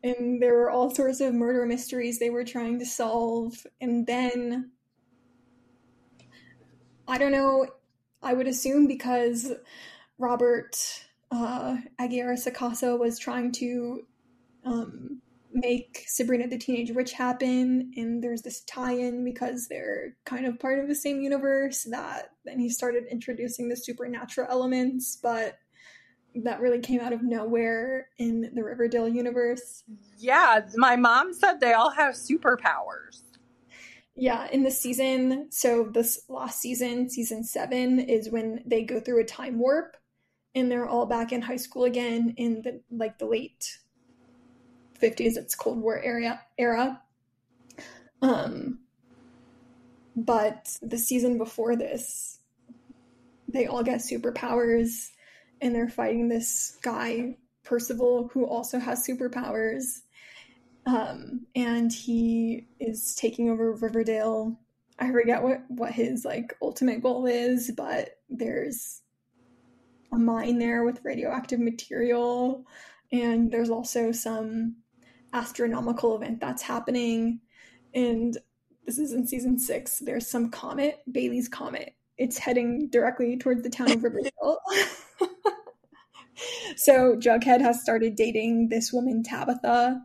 and there were all sorts of murder mysteries they were trying to solve. And then, I don't know, I would assume because Robert uh, Aguirre Sacasa was trying to um, make Sabrina the Teenage Witch happen, and there's this tie-in because they're kind of part of the same universe. That then he started introducing the supernatural elements, but that really came out of nowhere in the Riverdale universe. Yeah, my mom said they all have superpowers. Yeah, in this season, so this last season, season seven, is when they go through a time warp, and they're all back in high school again in the like the late fifties. It's Cold War area era. Um, but the season before this, they all get superpowers, and they're fighting this guy Percival who also has superpowers um, and he is taking over Riverdale. I forget what what his like ultimate goal is, but there's a mine there with radioactive material, and there's also some astronomical event that's happening. And this is in season six. There's some comet, Bailey's comet. It's heading directly towards the town of Riverdale. so Jughead has started dating this woman Tabitha,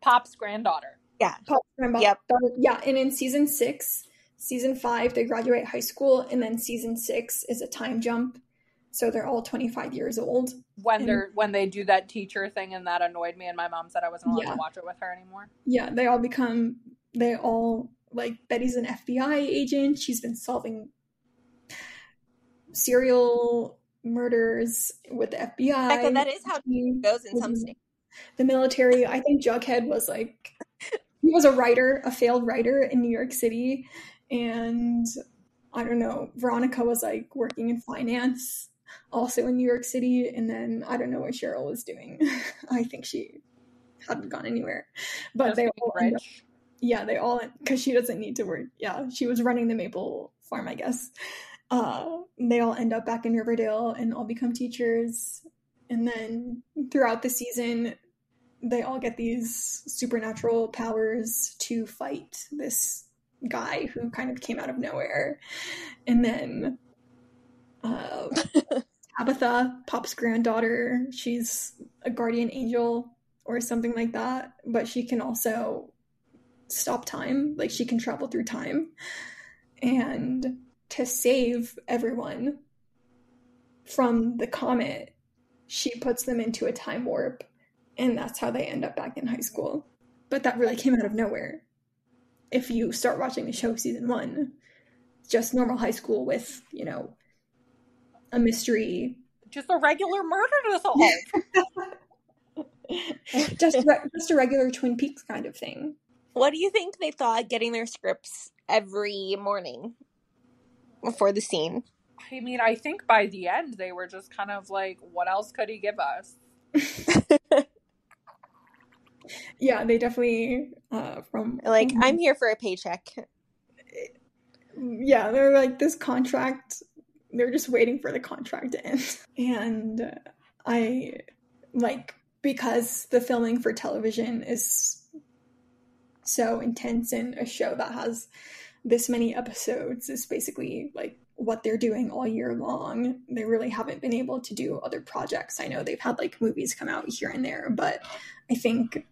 Pop's granddaughter. Pop Grandpa. Yep. Yeah, and in season six, season five, they graduate high school, and then season six is a time jump. So they're all 25 years old. When they're when they do that teacher thing and that annoyed me and my mom said I wasn't allowed Yeah. to watch it with her anymore. Yeah, they all become, they all, like, Betty's an FBI agent. She's been solving serial murders with the FBI. Becca, that is how She it goes in some was states. the military. I think Jughead was like he was a writer, a failed writer in New York City, and I don't know. Veronica was like working in finance, also in New York City, and then I don't know what Cheryl was doing. I think she hadn't gone anywhere, but Just they being all end up- rich. yeah, they all because she doesn't need to work. Yeah, she was running the maple farm, I guess. Uh, they all end up back in Riverdale and all become teachers, and then throughout the season, they all get these supernatural powers to fight this guy who kind of came out of nowhere, and then. Uh, Tabitha, Pop's granddaughter, she's a guardian angel or something like that, but she can also stop time. Like she can travel through time. And to save everyone from the comet, she puts them into a time warp. And that's how they end up back in high school. But that really came out of nowhere. If you start watching the show season one, just normal high school with, you know, a mystery, Just a regular murder assault. just, re- just a regular Twin Peaks kind of thing. What do you think they thought getting their scripts every morning before the scene? I mean, I think by the end they were just kind of like, what else could he give us? Yeah, they definitely, uh, from Like, from- I'm here for a paycheck. yeah, they're like this contract. They're just waiting for the contract to end. And uh, I like because the filming for television is so intense and a show that has this many episodes is basically like what they're doing all year long. They really haven't been able to do other projects. I know they've had like movies come out here and there, but I think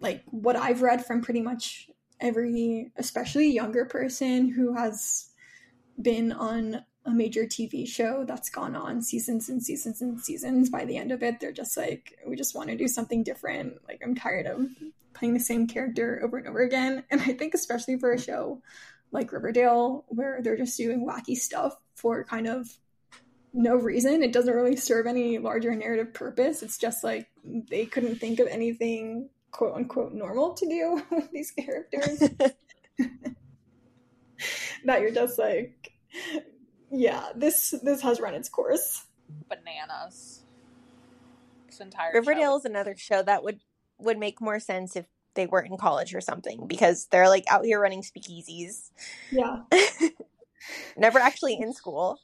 like what I've read from pretty much every, especially younger person who has been on a major TV show that's gone on seasons and seasons and seasons. By the end of it, they're just like, we just want to do something different. Like, I'm tired of playing the same character over and over again. And I think, especially for a show like Riverdale, where they're just doing wacky stuff for kind of no reason, it doesn't really serve any larger narrative purpose. It's just like they couldn't think of anything quote unquote normal to do with these characters. that you're just like, yeah, this this has run its course. Bananas. This entire show. Riverdale is another show that would would make more sense if they weren't in college or something because they're like out here running speakeasies, Yeah, never actually in school.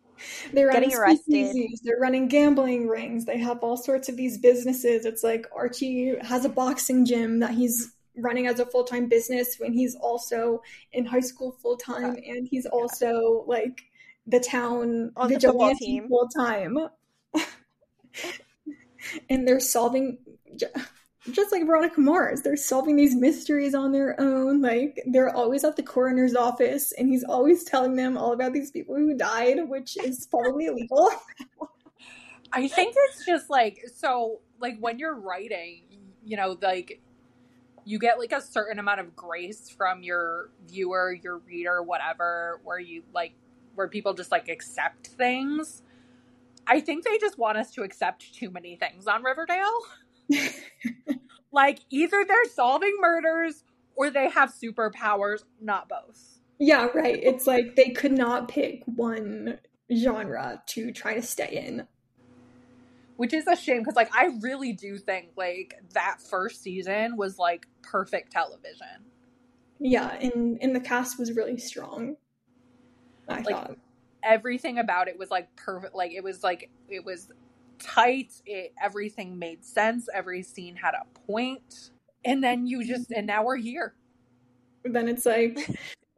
they're running Getting arrested. speakeasies, They're running gambling rings. They have all sorts of these businesses. It's like Archie has a boxing gym that he's running as a full time business when he's also in high school full time, and he's also like the town On the football vigilante team. full time. and they're solving ju- just like Veronica Mars, they're solving these mysteries on their own. Like they're always at the coroner's office, and he's always telling them all about these people who died, which is probably illegal. I think it's just like so like when you're writing, you know, like you get like a certain amount of grace from your viewer, your reader, whatever, where you like where people just like accept things. I think they just want us to accept too many things on Riverdale. like either they're solving murders or they have superpowers, not both. yeah, right. It's like they could not pick one genre to try to stay in. which is a shame because like i really do think like that first season was like perfect television Yeah, and and the cast was really strong. I Like- thought. everything about it was like perfect like it was like it was tight it everything made sense every scene had a point and then you just and now we're here Then it's like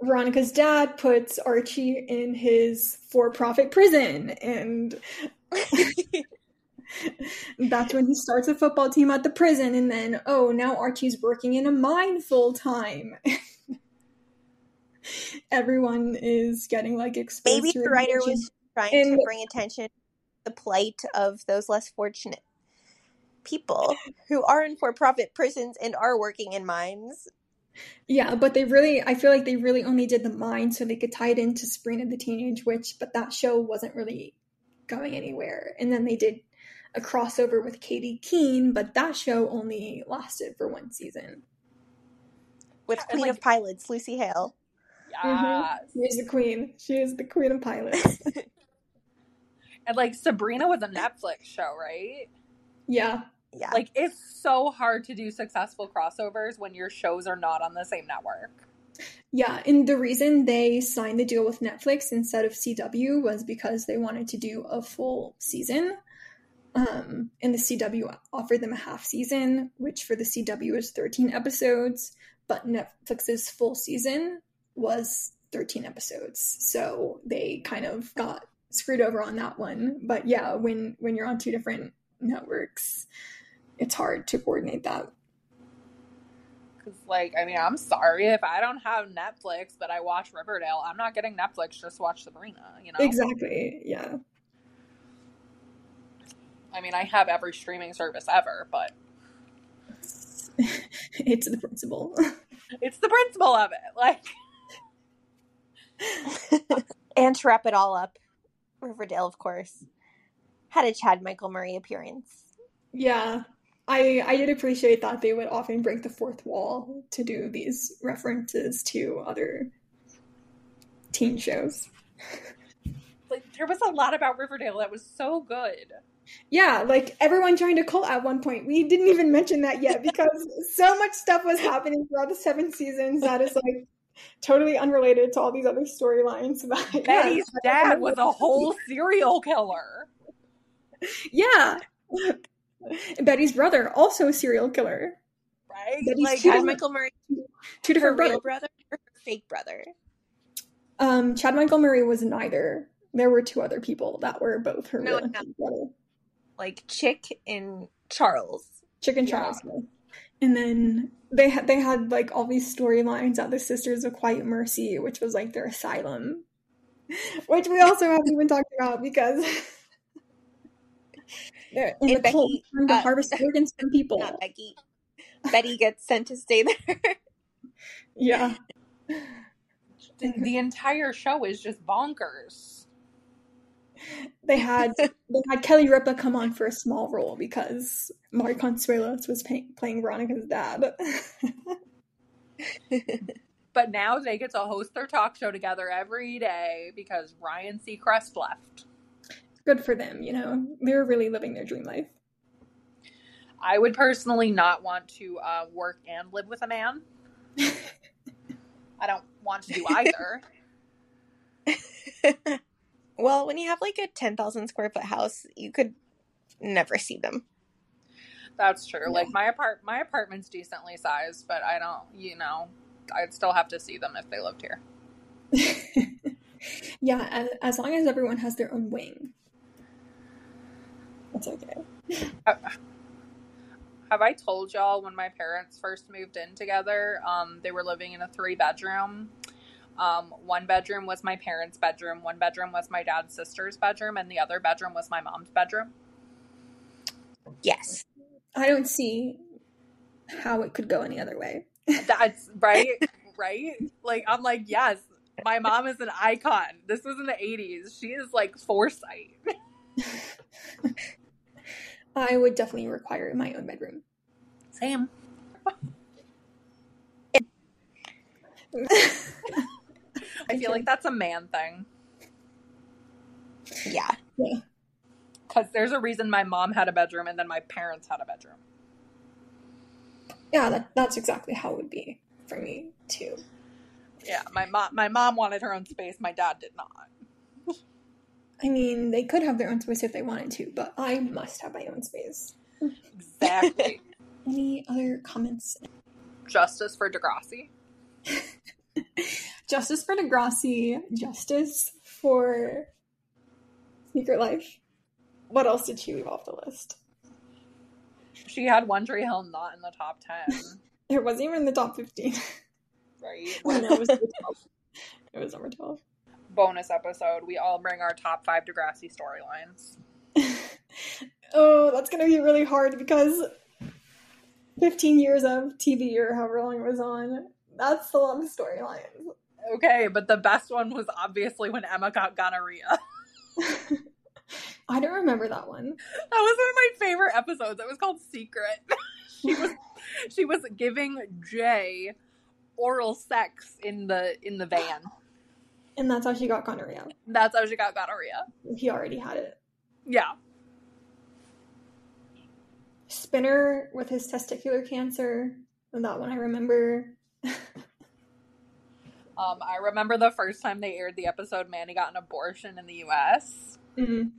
Veronica's dad puts Archie in his for-profit prison and That's when he starts a football team at the prison, and then oh, now Archie's working in a mine full time. Everyone is getting like exposed. Maybe to the writer religion. was trying And- to bring attention to the plight of those less fortunate people who are in for-profit prisons and are working in mines. yeah, but they really, I feel like they really only did the mine so they could tie it into Sabrina the Teenage Witch, but that show wasn't really going anywhere. And then they did a crossover with Katie Keene, but that show only lasted for one season. With Yeah, and, mm-hmm. Queen like- of Pilots, Lucy Hale. yeah She is the queen. She is the queen of pilots. and like sabrina was a netflix show right yeah, Yeah. like it's so hard to do successful crossovers when your shows are not on the same network Yeah, and the reason they signed the deal with Netflix instead of CW was because they wanted to do a full season. Um, and the CW offered them a half season, which for the CW is 13 episodes, but Netflix's full season was 13 episodes. So they kind of got screwed over on that one. But yeah, when when you're on two different networks, it's hard to coordinate that. Cause like I mean I'm sorry if I don't have Netflix but I watch Riverdale I'm not getting Netflix just to watch Sabrina you know Exactly. Yeah. I mean I have every streaming service ever but it's the principle. it's the principle of it like and to wrap it all up, Riverdale, of course, had a Chad Michael Murray appearance. Yeah. I I did appreciate that they would often break the fourth wall to do these references to other teen shows. like there was a lot about Riverdale that was so good Yeah, like everyone joined a cult at one point. We didn't even mention that yet because so much stuff was happening throughout the seven seasons that is like totally unrelated to all these other storylines. But yeah, Betty's dad was a whole serial killer yeah. Betty's brother also a serial killer. right Betty's like two I- Chad different- Michael Murray, Two her different brothers. real brother or her fake brother? Um, Chad Montgomery was neither. There were two other people that were both her No, real and no. fake brother. Like Chick and Charles. Chicken Yeah. Charles. Smith. And then they had they had like all these storylines at the Sisters of Quiet Mercy, which was like their asylum, which we also haven't even talked about because they're in And the cult Becky, trying to uh, harvest organs from people. Not Becky. Betty gets sent to stay there. Yeah, The, the entire show is just bonkers. they had they had Kelly Ripa come on for a small role because Mari Consuelos was pay- playing Veronica's dad. But now they get to host their talk show together every day because Ryan Seacrest left. Good for them, you know. They were really living their dream life. I would personally not want to uh, work and live with a man. I don't want to do either. well, when you have like a 10,000 square foot house, you could never see them. That's true. Like my apart my apartment's decently sized, but I don't, you know, I'd still have to see them if they lived here. yeah, as, as long as everyone has their own wing, that's okay. Have I told y'all when my parents first moved in together? Um, they were living in a three bedroom. Um, one bedroom was my parents' bedroom, one bedroom was my dad's sister's bedroom, and the other bedroom was my mom's bedroom. Yes. I don't see how it could go any other way. That's right, right? Like I'm like, yes, my mom is an icon. This was in the '80s. She is like foresight. I would definitely require my own bedroom. Same. I feel like that's a man thing Yeah. because there's a reason my mom had a bedroom and then my parents had a bedroom. yeah, that, that's exactly how it would be for me too. Yeah, my mom. My mom wanted her own space. My dad did not. I mean, they could have their own space if they wanted to, but I must have my own space. Exactly. Any other comments? Justice for Degrassi. Justice for Degrassi, justice for Sneaker Life. What else did she leave off the list? She had One Tree Hill not in the top ten, It wasn't even in the top 15. right? Well, Oh, no, it was number 12. It was number 12. Bonus episode. We all bring our top five Degrassi storylines. Oh, that's going to be really hard because 15 years of TV or however long it was on, that's a lot of storylines. Okay, but the best one was obviously when Emma got gonorrhea. I don't remember that one. That was one of my favorite episodes. It was called Secret. she was she was giving Jay oral sex in the in the van. And that's how she got gonorrhea. That's how she got gonorrhea. He already had it. Yeah. Spinner with his testicular cancer. And that one I remember. Um, I remember the first time they aired the episode Manny got an abortion in the US. Mhm.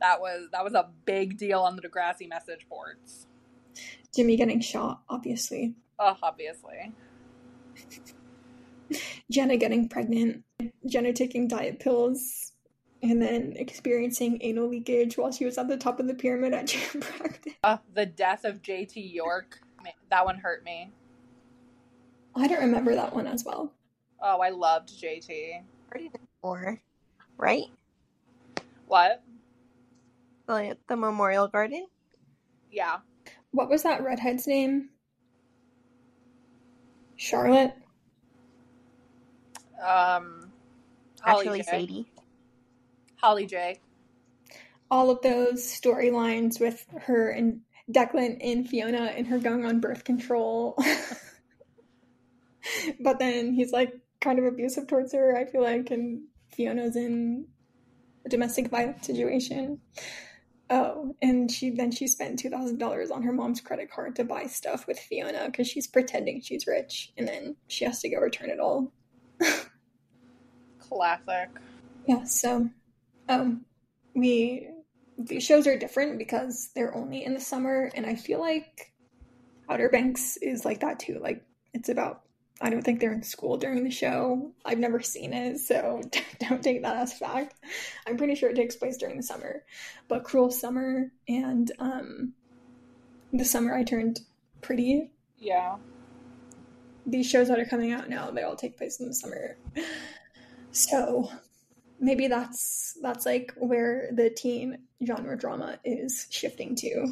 That was that was a big deal on the Degrassi message boards. Jimmy getting shot, obviously. Ugh, obviously. Jenna getting pregnant. Jenna taking diet pills. And then experiencing anal leakage while she was at the top of the pyramid at gym practice. Uh, the death of JT York. Ma- That one hurt me. I don't remember that one as well. Oh, I loved JT. Or, right? What? Like the memorial garden? Yeah. What was that redhead's name? Charlotte? Um Holly Actually, J. Sadie. Holly J. All of those storylines with her and Declan and Fiona and her going on birth control. but then he's like kind of abusive towards her, I feel like, and Fiona's in a domestic violence situation. Oh, and she then she spent two thousand dollars on her mom's credit card to buy stuff with Fiona because she's pretending she's rich, and then she has to go return it all Classic. Yeah, so um we these shows are different because they're only in the summer and I feel like Outer Banks is like that too. Like it's about I don't think they're in school during the show. I've never seen it, so don't take that as fact. I'm pretty sure it takes place during the summer. But Cruel Summer and um, The Summer I Turned Pretty, Yeah. these shows that are coming out now, they all take place in the summer. So maybe that's that's like where the teen genre drama is shifting to.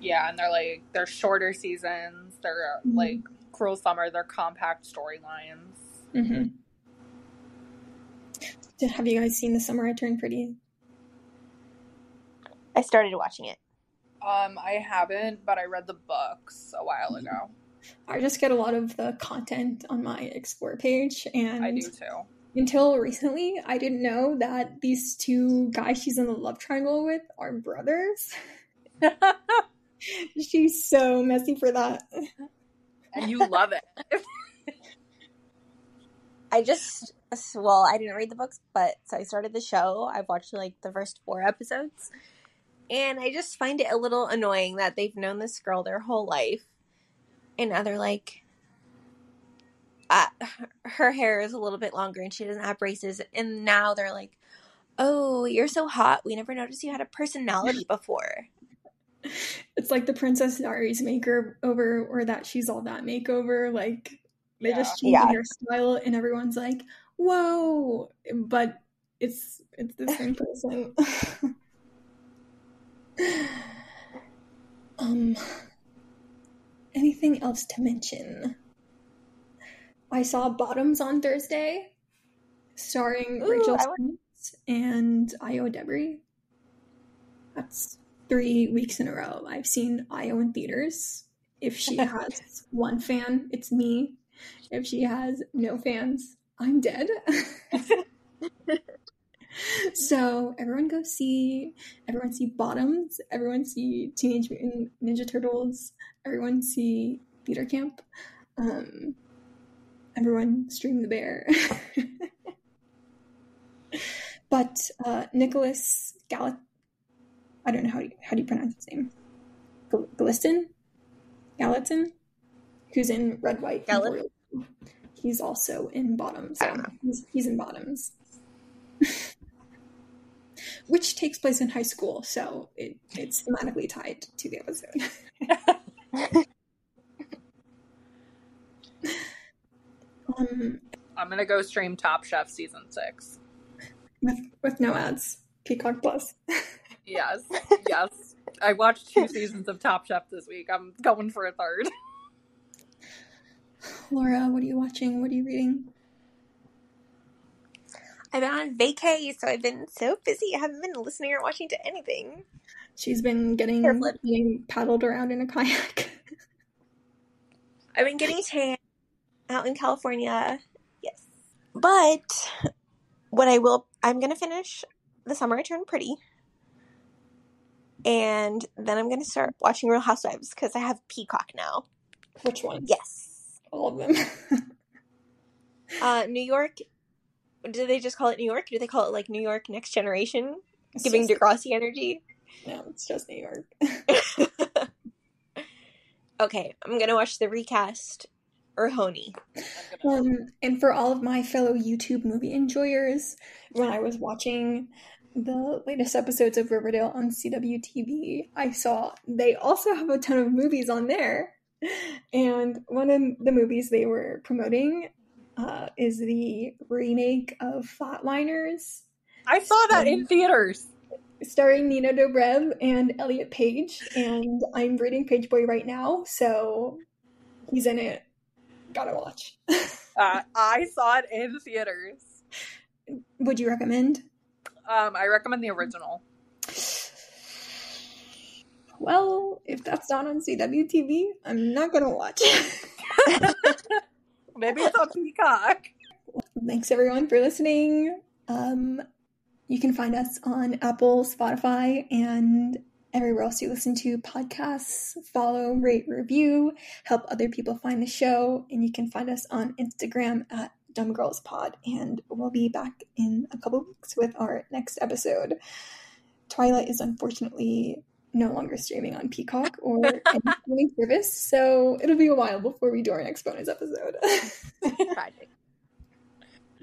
Yeah, and they're like they're shorter seasons. They're uh, Mhm. like Cruel Summer. They're compact storylines. Mm-hmm. hmm Have you guys seen The Summer I Turned Pretty? I started watching it. Um, I haven't, but I read the books a while ago. I just get a lot of the content on my explore page, and I do too. until recently, I didn't know that these two guys she's in the love triangle with are brothers. she's so messy for that. And you love it. I just well, I didn't read the books, but so I started the show. I've watched like the first four episodes. And I just find it a little annoying that they've known this girl their whole life. And now they're like uh, her hair is a little bit longer and she doesn't have braces and now they're like, "Oh, you're so hot. We never noticed you had a personality before." It's like the Princess Diaries makeover, or that she's all that makeover. Like they just change Yeah. the hairstyle, and everyone's like, "Whoa!" But it's it's the same person. um, anything else to mention? I saw Bottoms on Thursday, starring Ooh, Rachel I would- Sennett and Io Debris. That's three weeks in a row. I've seen Io in theaters. If she has one fan, it's me. If she has no fans, I'm dead. so everyone go see. Everyone see Bottoms. Everyone see Teenage Mutant Ninja Turtles. Everyone see Theater Camp. Um, everyone stream the bear. but uh, Nicholas Gallic, I don't know how do you, how do you pronounce his name? Gal- Galliston, Gallatin, who's in Red, White, and Gallat- Blue. He's also in Bottoms. I don't know. He's, he's in Bottoms. Which takes place in high school, so it, it's thematically tied to the episode. um, I'm gonna go stream Top Chef season six. with, with no ads, Peacock Plus. Yes, yes. I watched two seasons of Top Chef this week. I'm going for a third. Laura, what are you watching? What are you reading? I've been on vacay, so I've been so busy. I haven't been listening or watching to anything. She's been getting, Hair flip. getting paddled around in a kayak. I've been getting tan out in California. Yes. But what I will I'm gonna finish the summer I turned pretty. And then I'm gonna start watching Real Housewives because I have Peacock now. Which one? Yes. All of them. Uh New York do they just call it New York? Do they call it like New York Next Generation? It's Giving just, Degrassi energy. no, it's just New York. okay, I'm gonna watch the recast or Honey. I'm gonna- Um, and for all of my fellow YouTube movie enjoyers, when I was watching the latest episodes of Riverdale on CW TV, I saw they also have a ton of movies on there. And one of the movies they were promoting uh, is the remake of Flatliners, I saw that in theaters. starring Nina Dobrev and Elliot Page. And I'm reading Page Boy right now, so he's in it. Gotta watch. Uh, I saw it in theaters. Would you recommend? Um, I recommend the original. Well, if that's not on CW TV, I'm not gonna watch. Maybe it's on Peacock. Thanks everyone for listening. Um, you can find us on Apple, Spotify, and everywhere else you listen to podcasts. Follow, rate, review, help other people find the show, and you can find us on Instagram at Dumb Girls Pod. And we'll be back in a couple weeks with our next episode. Twilight is unfortunately no longer streaming on Peacock or any streaming service, so it'll be a while before we do our next bonus episode. Tragic.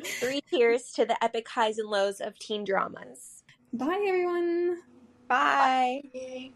Three tears to the epic highs and lows of teen dramas. Bye, everyone. Bye. Yay.